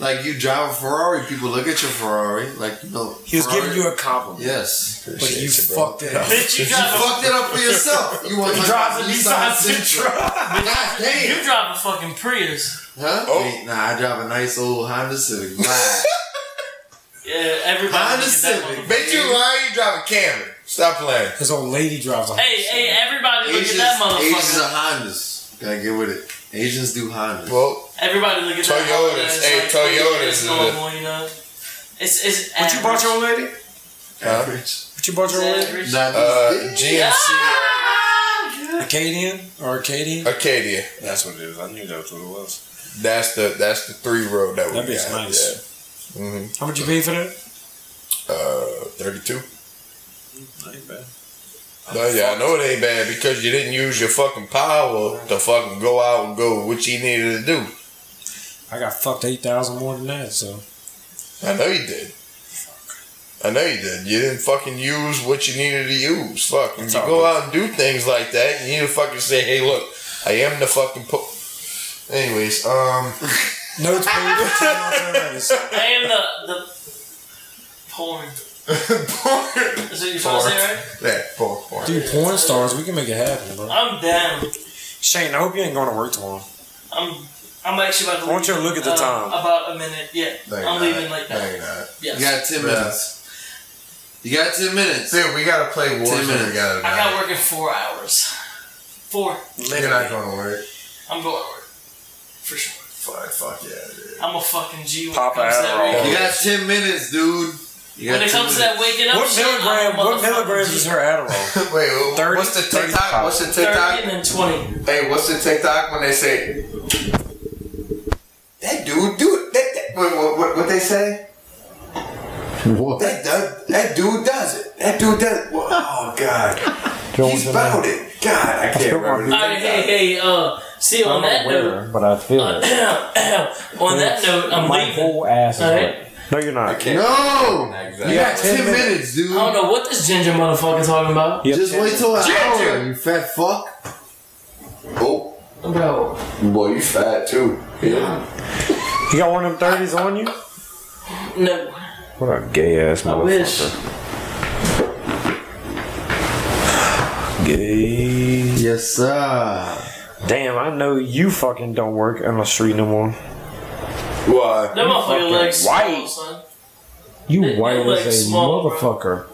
S3: Like you drive a Ferrari, people look at your Ferrari. Like you know,
S5: He was
S3: Ferrari-
S5: giving you a compliment,
S3: Yes.
S5: but you
S4: Shit, bro.
S5: fucked it up.
S1: Bitch, you
S3: You
S1: drive a
S3: fucked it up for yourself. You want
S5: He
S3: to
S5: drives a Nissan
S3: God damn.
S1: you drive a fucking Prius.
S3: Huh?
S4: Oh.
S3: Wait, nah, I drive a nice old Honda Civic. Wow.
S1: Yeah, everybody. look at
S3: Honda
S1: that
S3: Civic.
S1: motherfucker.
S4: Bet you lying. You drive a Camry. Stop playing.
S5: His old lady drives a
S1: Hey, hey, everybody look
S3: Asians,
S1: at that
S3: Asians
S1: motherfucker.
S3: are Hondas. Gotta get with it. Asians do Hondas.
S4: Well,
S1: Everybody look at that
S4: Toyotas.
S1: motherfucker. It's
S4: Hey,
S1: like,
S4: Toyotas
S1: It's
S4: is
S1: normal, you know. It's it's.
S5: What you bought your old lady?
S3: average.
S5: What you bought your old lady?
S1: average.
S3: Not
S4: uh,
S3: this big.
S4: GMC
S5: Acadian or Acadian?
S4: Acadia.
S5: That's what it is. I knew that's what it was.
S4: That's the that's the three road that we
S5: That bitch
S4: got.
S5: nice.
S4: Yeah. Mhm.
S5: How much you paid for that?
S4: Uh, thirty-two.
S5: Not bad.
S4: Oh, No, yeah, I know it ain't bad because you didn't use your fucking power to fucking go out and go what you needed to do.
S5: I got fucked eight thousand more than that. So
S4: I know you did. I know you did. You didn't fucking use what you needed to use. Fuck. When
S5: It's
S4: you
S5: all
S4: go
S5: good.
S4: out and do things like that, you need to fucking say, hey, look, I am the fucking po-. Anyways, um,
S5: no, it's
S1: I
S5: paid.
S1: am the the porn.
S4: porn.
S1: Is that your trying to say, right?
S4: Yeah, porn, porn.
S7: Dude, porn stars, we can make it happen, bro.
S1: I'm down.
S7: Shane, I hope you ain't going to work tomorrow.
S1: I'm. I'm actually about to.
S7: I want
S1: leave,
S7: you to look at the
S1: uh,
S7: time.
S1: About a minute. Yeah.
S4: No, you're
S1: I'm
S4: not.
S1: leaving like
S4: No,
S1: that.
S4: you're not.
S1: Yes.
S3: You got 10 minutes. You got 10 minutes.
S4: Dude, we gotta play Warzone
S3: minutes.
S4: together.
S1: I got
S4: now.
S1: to work in four hours. Four.
S4: You're not going to work.
S1: I'm going to work. For sure.
S4: Fuck, fuck yeah, dude.
S1: I'm a fucking G when
S7: Pop
S1: it comes to
S7: Adderall.
S1: that waking.
S3: You got 10 minutes, dude. You got
S1: When it
S3: 10
S1: comes to
S3: minutes.
S1: that waking up
S7: What
S1: shit,
S7: milligram?
S1: I'm a
S7: What
S1: motherfucking
S7: milligrams
S1: G.
S7: is her Adderall?
S4: Wait, wh-
S7: 30,
S4: what's the TikTok? What's the
S1: 30
S4: TikTok?
S1: and then 20.
S4: Hey, what's the TikTok when they say that dude? Dude, that, that what, what, what, what they say?
S5: What?
S4: That, that that dude does it. That dude does. It. Oh God, he's about it. God, I can't
S7: Don't
S4: remember. the
S1: All right, hey, hey,
S4: TikTok.
S1: uh, see,
S5: I
S1: on
S5: don't
S1: that
S5: know
S1: note,
S5: where, but I feel it.
S1: on that note, I'm
S5: My
S1: leaving.
S5: whole ass is
S1: All right.
S5: wet. No, you're not.
S4: Okay.
S3: No!
S4: Exactly.
S3: You got 10 minutes, dude.
S1: I don't know what this ginger motherfucker talking about.
S5: You have
S3: Just
S5: ten
S3: wait till an
S1: Ginger.
S3: hour, you fat fuck.
S4: Oh,
S1: Bro,
S4: boy, you fat too. Yeah.
S5: You got one of them 30s on you?
S1: no,
S5: What a gay ass
S1: I wish.
S5: motherfucker. Gay.
S3: Yes, sir.
S5: Damn, I know you fucking don't work on the street no more.
S4: Why?
S1: That motherfucker
S5: fucking
S1: legs small,
S5: white.
S1: son.
S5: You
S1: It-
S5: white
S1: it looks
S5: as a
S1: small, bro.
S5: motherfucker.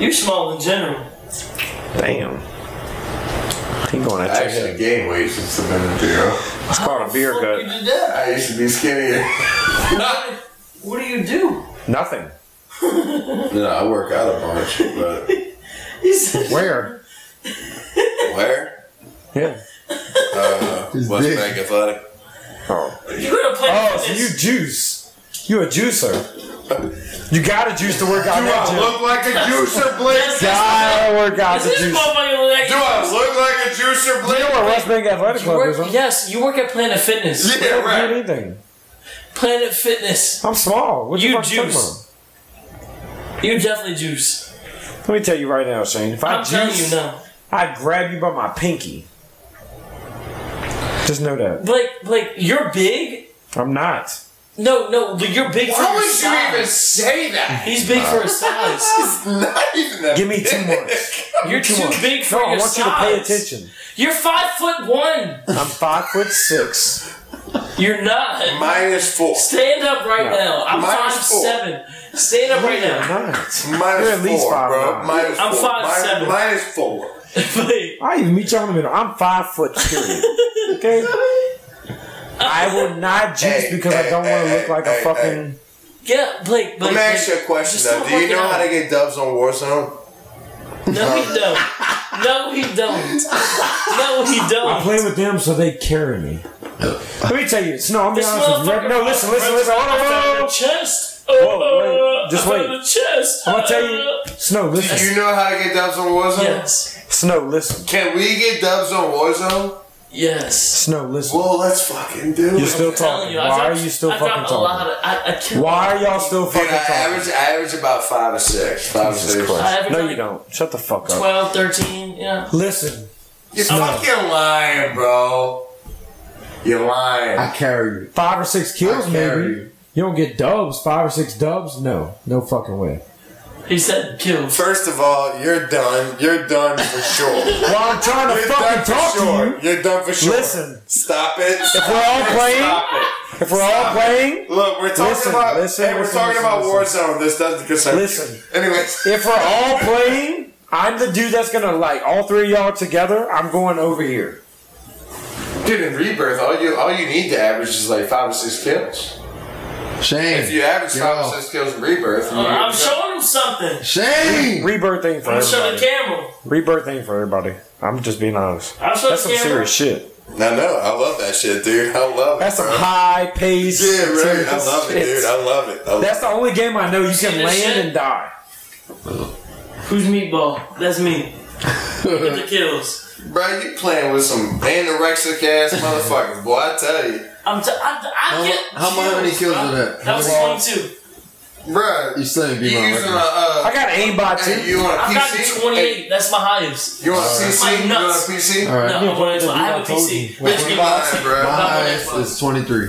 S1: You small in general.
S5: Damn. He going to
S4: I
S5: check
S4: actually
S5: it.
S4: gained weight since a minute ago.
S5: It's called a beer
S1: Fuck
S5: gut.
S1: you did that.
S4: I used to be skinnier.
S1: What- what do you do?
S5: Nothing.
S4: No, I work out a bunch, but
S1: He said,
S5: Where?
S4: where?
S5: Yeah.
S4: Uh,
S3: His
S4: West
S3: dick.
S4: Bank Athletic.
S5: Oh.
S1: you could have played
S7: Oh, so
S1: this.
S7: you juice. You a juicer. You gotta juice to work out that gym.
S4: look like a juicer, Blake?
S1: That's-
S5: Gotta work out
S1: that's-
S5: to
S1: this
S5: juice.
S1: motherfucker look like
S4: Do I look like a juicer,
S5: You know
S4: Blake?
S5: where West Bank Athletic
S1: you
S5: Club is?
S1: work,
S5: huh?
S1: yes, you work at Planet Fitness.
S4: Yeah,
S5: I don't do
S4: right.
S5: anything.
S1: Planet Fitness.
S5: I'm small. What
S1: You
S5: you fucking talking
S1: juice.
S5: about?
S1: You definitely juice.
S5: Let me tell you right now, Shane. If I
S1: I'm telling
S5: juice,
S1: you no.
S5: I grab you by my pinky. Just know that.
S1: Blake, Blake, you're big.
S5: I'm not.
S1: No, no, but you're big for
S4: Why
S1: your
S4: would you even
S1: size.
S4: say that?
S1: He's big for his size.
S4: It's not even that.
S5: Give me two months.
S1: You're
S5: Two
S1: too
S5: months.
S1: big for
S5: no,
S1: your
S5: I want
S1: size.
S5: you to pay attention.
S1: You're five foot one.
S5: I'm five foot six.
S1: You're not.
S4: Minus four.
S1: Stand up right
S5: No.
S1: now. I'm
S4: Minus
S1: five
S4: four.
S1: seven. Stand up right
S5: I'm
S1: now.
S5: not.
S4: Minus
S5: You're at least
S4: four,
S5: five
S4: bro.
S5: nine.
S4: Minus
S1: I'm
S4: four.
S1: five
S4: minus,
S1: seven.
S4: minus four.
S1: Blake,
S5: I even meet y'all in the middle. I'm five foot period. Okay. I will not juice
S4: Hey,
S5: because
S4: hey,
S5: I don't want to
S4: hey,
S5: look like
S4: hey,
S5: a fucking.
S1: yeah, Blake, Blake.
S4: Let me
S1: Blake.
S4: ask you a question
S1: Just
S4: though.
S1: stop
S4: Do you
S1: working
S4: know
S1: out.
S4: how to get dubs on Warzone?
S1: No, he don't. No, he don't. No, he
S5: I
S1: don't.
S5: play with them so they carry me. Let me tell you, no, I'm be
S1: This
S5: honest with you.
S1: motherfucker.
S5: No, listen, listen, listen. Hold on, hold on,
S1: The
S5: hold on.
S1: chest.
S5: Whoa, wait, just
S1: Uh,
S5: wait.
S1: The chest. Uh,
S5: I'm gonna tell you, Snow.
S4: Do
S5: Listen,
S4: you know how to get dubs on Warzone?
S1: Yes.
S5: Snow. Listen,
S4: Can we get dubs on Warzone?
S1: Yes.
S5: Snow. Listen.
S4: Well, let's fucking do
S5: You're
S4: it.
S5: still
S1: Telling
S5: talking.
S1: you, I
S5: Why are
S1: dropped-
S5: you still
S1: I dropped
S5: fucking
S1: A lot
S5: talking?
S1: of, I, I killed
S5: Why are y'all still
S4: Dude,
S5: fucking
S4: I average,
S5: talking?
S4: I average about five or six. Five or
S5: Jesus
S4: six.
S1: I
S5: Christ.
S1: average
S5: No,
S1: like
S5: you don't. Shut the fuck up.
S1: 12, 13, yeah.
S5: Listen,
S4: You're
S5: No.
S4: fucking lying, bro. You're lying.
S3: I carry you.
S5: five or six kills,
S3: I carry
S5: maybe.
S3: you.
S5: You don't get dubs. Five or six dubs? No, no fucking way.
S1: He said kill.
S4: First of all, you're done. You're done for sure.
S5: Well, I'm trying to
S4: You're done
S5: fucking
S4: for
S5: talk
S4: sure.
S5: to you.
S4: You're done for sure.
S5: Listen.
S4: Stop it.
S5: If we're all playing,
S4: Stop it.
S5: if we're all playing,
S4: Look, we're talking
S5: Listen,
S4: about
S5: listen,
S4: hey, we're
S5: listen,
S4: talking
S5: listen,
S4: about Warzone. This doesn't concern.
S5: Listen.
S4: You. Anyways,
S5: if we're all playing, I'm the dude that's gonna like all three of y'all together. I'm going over here.
S4: dude, in Rebirth, all you all you need to average is like five or six kills.
S3: Shane.
S4: If you average five
S3: yo.
S4: or six kills in Rebirth,
S1: Uh, I'm showing him something.
S3: Shane!
S5: Rebirth ain't for
S1: I'm showing the
S5: everybody.
S1: camera.
S5: Rebirth ain't for everybody. I'm just being honest.
S1: I'm showing
S5: That's
S1: the
S5: some
S1: camera.
S5: serious shit.
S4: I know. I love that shit, dude. I love
S5: That's
S4: it.
S5: some
S4: bro.
S5: high pace.
S4: Yeah, right. I love it,
S5: shit.
S4: dude. I love it. I love
S5: That's the only game I know you
S1: See
S5: can
S1: this shit?
S5: land and die.
S1: Who's meatball? That's me. Get the kills.
S4: Bro, you playing with some anorexic ass motherfuckers, boy. I tell you,
S1: I'm t- I,
S3: How,
S1: I
S3: mu-
S1: get
S3: how mu- how many kills
S1: bro.
S3: are that?
S1: That
S3: How
S1: was
S3: many-
S1: 22.
S4: bro.
S3: You still ain't beat
S4: You
S3: my
S4: using a
S3: record.
S4: uh,
S5: I got aimbot
S4: hey,
S5: too.
S4: you on a
S1: I've
S4: PC?
S1: got 28. That's my highest.
S4: Hey, you on a
S1: My
S4: CC? You on a
S1: nuts.
S4: PC?
S3: All right.
S1: No, I'm 128. I
S5: Yeah,
S1: have a
S5: I told
S1: PC.
S5: you.
S1: Bitch,
S4: Bitch, you
S1: give me-
S4: lying, bro.
S3: My highest is 23.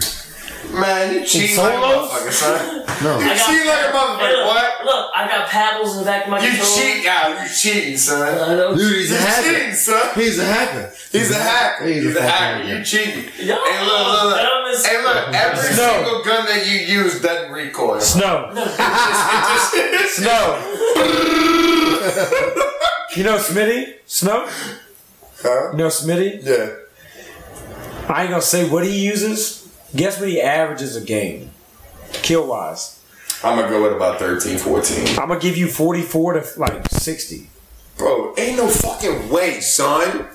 S4: Man, you cheating like a
S2: solos?
S4: motherfucker, son.
S2: No.
S4: You
S1: I got-
S4: cheating like a motherfucker.
S1: Look,
S4: What?
S1: Look, I got paddles in the back of my
S4: You
S1: controller.
S4: cheat, yeah, you cheating, son.
S1: I know.
S3: Dude, he's
S4: You
S3: a hacker.
S4: cheating, son.
S3: He's a hacker.
S4: He's a hacker.
S3: He's a
S4: He's a
S3: fucking
S4: hacker.
S3: hacker.
S4: You cheating.
S1: Y'all
S4: Hey, look, look, look.
S1: dumb as-
S4: Hey, look, every
S2: Snow.
S4: single gun that you use doesn't recoil.
S2: Snow. Snow.
S5: You know Smitty? Snow?
S4: Huh?
S5: You know Smitty?
S4: Yeah.
S5: I ain't gonna say what he uses. Guess what he averages a game? Kill wise.
S4: I'm gonna go with about 13, 14.
S5: I'm gonna give you 44 to like 60.
S4: Bro, ain't no fucking way, son.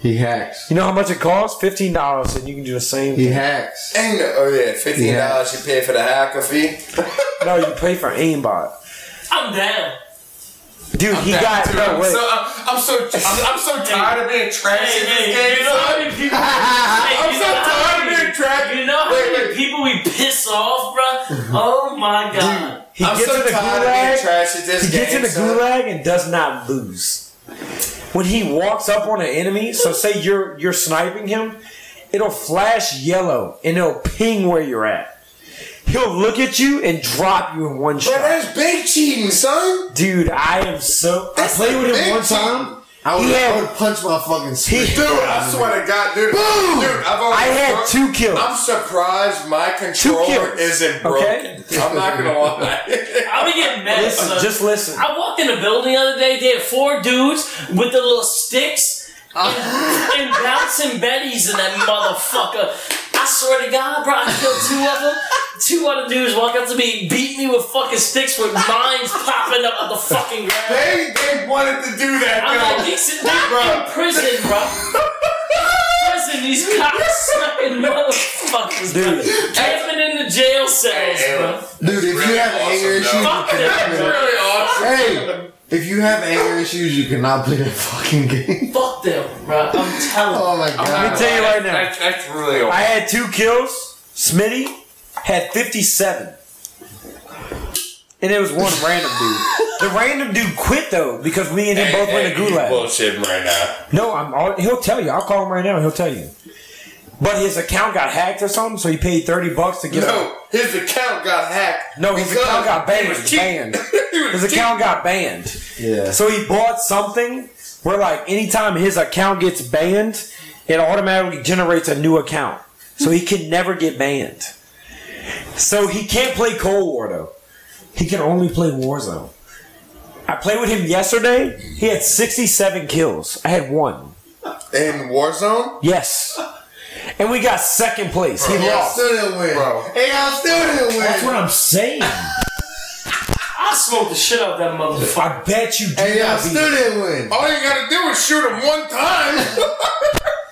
S3: He hacks.
S5: You know how much it costs? $15 and you can do the same
S3: He
S5: thing.
S3: hacks.
S4: Ain't no, oh yeah, $15 you pay for the hacker fee.
S5: No, you pay for aimbot.
S1: I'm down.
S5: Dude, he got
S4: Dude,
S5: no
S4: I'm,
S5: wait.
S4: so, I'm, I'm so I'm, I'm so tired of being trash
S1: Hey,
S4: in this
S1: hey,
S4: game,
S1: you know how
S4: son.
S1: many people? I'm
S4: so tired of being trapped.
S1: You know how
S4: Wait,
S1: many
S4: wait.
S1: people we piss off, bro? Oh my god.
S5: He
S4: I'm
S5: gets
S4: so
S5: in the
S4: tired of being
S5: gulag.
S4: trash at this
S5: He
S4: game.
S5: gets in the
S4: son.
S5: gulag and does not lose. When he walks up on an enemy, so say you're you're sniping him, it'll flash yellow and it'll ping where you're at. He'll look at you and drop you in one
S4: Bro,
S5: shot.
S4: that's big cheating, son.
S5: Dude, I am so. I
S4: That's
S5: played
S4: like
S5: with him
S4: big
S5: one
S4: cheating.
S5: time.
S3: I would,
S5: He
S3: I
S5: had-
S3: would punch my fucking
S5: He-
S4: Dude, I swear to God, dude.
S3: Boom!
S4: Dude, I've already
S5: I had two kills.
S4: I'm surprised my controller
S5: kills.
S4: isn't
S5: Okay.
S4: broken. I'm not gonna lie.
S1: I would get mad.
S5: Listen,
S1: son.
S5: just listen.
S1: I walked in the building the other day. They had four dudes with the little sticks and,
S4: Oh.
S1: and bouncing betties in that motherfucker. I swear to God, bro, I killed two of them. Two other dudes walk up to me, beat me with fucking sticks with mines popping up on the fucking ground.
S4: they they wanted to do that,
S1: I'm
S4: though.
S1: like, these are not
S4: Bro.
S1: in prison, bro. In prison, these cocksucking motherfuckers, bro. Camping in the jail cells,
S4: Hey,
S1: bro.
S3: Dude, if you
S4: really
S3: have
S4: awesome,
S3: anger
S4: though.
S3: issues, you
S1: Fuck that,
S3: cannot
S1: bro.
S4: really awesome.
S3: Hey, if you have anger issues, you cannot play that fucking game.
S1: Fuck them, bro. I'm telling you.
S3: Oh my
S5: Let me
S3: god.
S5: tell you right now.
S4: That's, that's really
S5: I
S4: awesome.
S5: had two kills. Smitty had 57. And it was one random dude. The random dude quit though because me and him both went to
S4: you
S5: gulag.
S4: bullshitting right now.
S5: No, I'm. All, he'll tell you. I'll call him right now. He'll tell you. But his account got hacked or something, so he paid thirty bucks to get.
S4: No, his account got hacked.
S5: no, his
S4: because
S5: account got
S4: He
S5: banned.
S4: was cheating.
S5: Banned.
S4: He was
S5: His account got banned.
S3: Yeah.
S5: So he bought something where like anytime his account gets banned, it automatically generates a new account. So he can never get banned. So he can't play Cold War though. He can only play Warzone. I played with him yesterday. He had 67 kills. I had one.
S4: cheating. In Warzone?
S5: Yes. And we got second place. He
S3: Y'all
S5: lost.
S3: still didn't win.
S4: Bro.
S3: Hey, y'all still didn't win.
S5: That's what I'm saying.
S1: I smoked the shit out of that motherfucker.
S5: I bet you do
S3: Hey, y'all
S5: not beat
S3: still didn't win.
S4: All you gotta do is shoot him one time.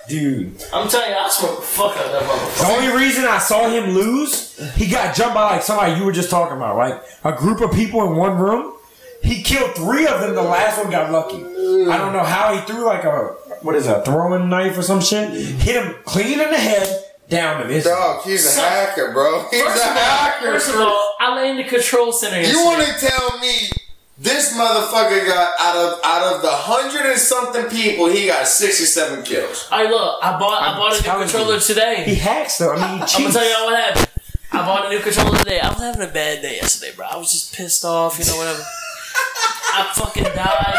S5: dude.
S1: I'm telling you, I smoked the fuck out of that motherfucker.
S5: The only reason I saw him lose, he got jumped by like somebody you were just talking about, like a group of people in one room. He killed three of them. The last one got lucky. I don't know how he threw like a what is that, a throwing knife or some shit. Hit him clean in the head, down to this.
S4: Dog, he's a
S1: So-
S4: hacker, bro. He's
S1: First
S4: a
S1: of all-
S4: hacker.
S1: First of all, I lay in the control center.
S4: You
S1: yesterday.
S4: want to tell me this motherfucker got out of out of the hundred and something people, he got sixty-seven kills.
S1: All right, look, I bought i
S5: I'm
S1: bought a new
S5: telling
S1: controller
S5: you. He
S1: today.
S5: hacks though. I mean, he
S1: I'm gonna
S5: cheats.
S1: tell y'all what happened. I bought a new controller today. I was having a bad day yesterday, bro. I was just pissed off, you know, whatever. I fucking died,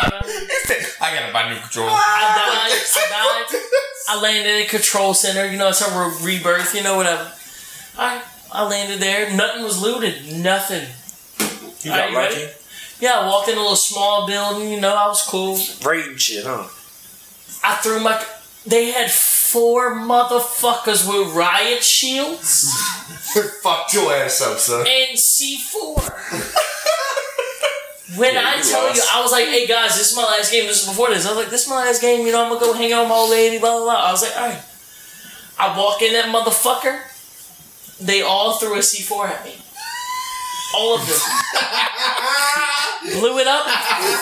S1: bro.
S4: I gotta buy new controller.
S1: I died. I died. I landed in a control center. You know, it's a re- rebirth. You know, whatever. I I landed there. Nothing was looted. Nothing. You got lucky. Yeah, I walked in a little small building. You know, I was cool.
S5: Raiding shit, huh?
S1: I threw my. They had four motherfuckers with riot shields
S4: Fuck your ass up, son.
S1: and C4. When
S4: Yeah,
S1: I
S4: you
S1: tell you,
S4: lost.
S1: I was like, hey guys, this is my last game. This is before this. I was like, this is my last game. You know, I'm going to go hang out with my old lady, blah, blah, blah. I was like, all right. I walk in that motherfucker. They all threw a C4 at me. All of them. Blew it up.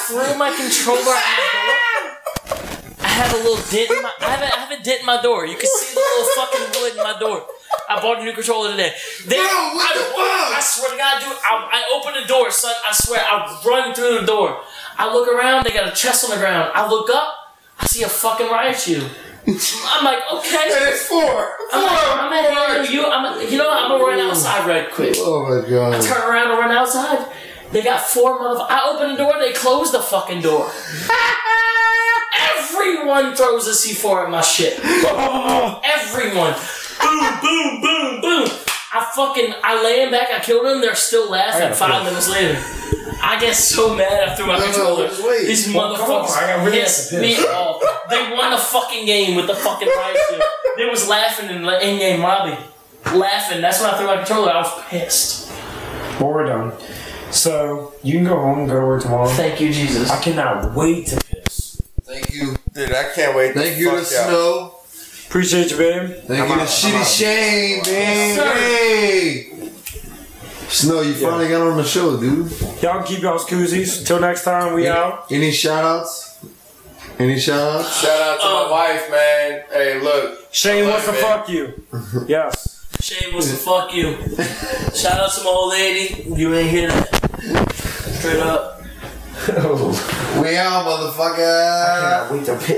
S1: Threw my controller at my door. I have a little dent in my I have a, I have a dent in my door. You can see the little fucking wood in my door. I bought a new controller today. They,
S4: Bro, what
S1: I,
S4: the fuck?
S1: I swear to God, dude, I, I open the door, son. I swear, I run through the door. I look around, they got a chest on the ground. I look up, I see a fucking riot shield. I'm like, okay.
S4: And it's four.
S1: I'm like, I'm gonna handle you. I'm, you know, what? I'm gonna run outside right quick.
S4: Oh my god.
S1: Turn around and run outside. They got four motherfuckers. I open the door. They close the fucking door. Everyone throws a C4 at my shit. Everyone. Boom, boom, boom, boom. I fucking, I lay him back. I killed him. They're still laughing. Five minutes later. I get so mad I threw my
S4: No, no,
S1: controller.
S4: just wait.
S1: These
S5: Well, come on,
S1: motherfuckers.
S5: I got really
S1: yes,
S5: some
S1: me
S5: piss.
S1: all. They won a fucking game with the fucking riot They was laughing in the in-game lobby. Laughing. That's when I threw my controller. I was pissed.
S5: Well, we're done. So you can go home, go to work tomorrow.
S1: Thank you, Jesus.
S5: I cannot wait to piss.
S3: Thank you.
S4: Dude, I can't wait.
S3: Thank you to
S4: fuck y'all.
S3: Snow.
S5: Appreciate you, babe.
S3: Thank you to Shitty Shane, man.
S1: sir.
S3: Hey. Snow, you finally got on the show, dude.
S5: Y'all keep y'all's koozies. Till next time, we out.
S3: Any shout outs? Any shout outs?
S4: Shout out to my wife, man. Hey, look.
S5: Shane wants to
S4: Love it,
S5: fuck you. yes.
S1: Shane wants to fuck you. Shout out to my old lady. You ain't hear that. Straight up.
S3: We out, motherfucker.
S5: wait to piss.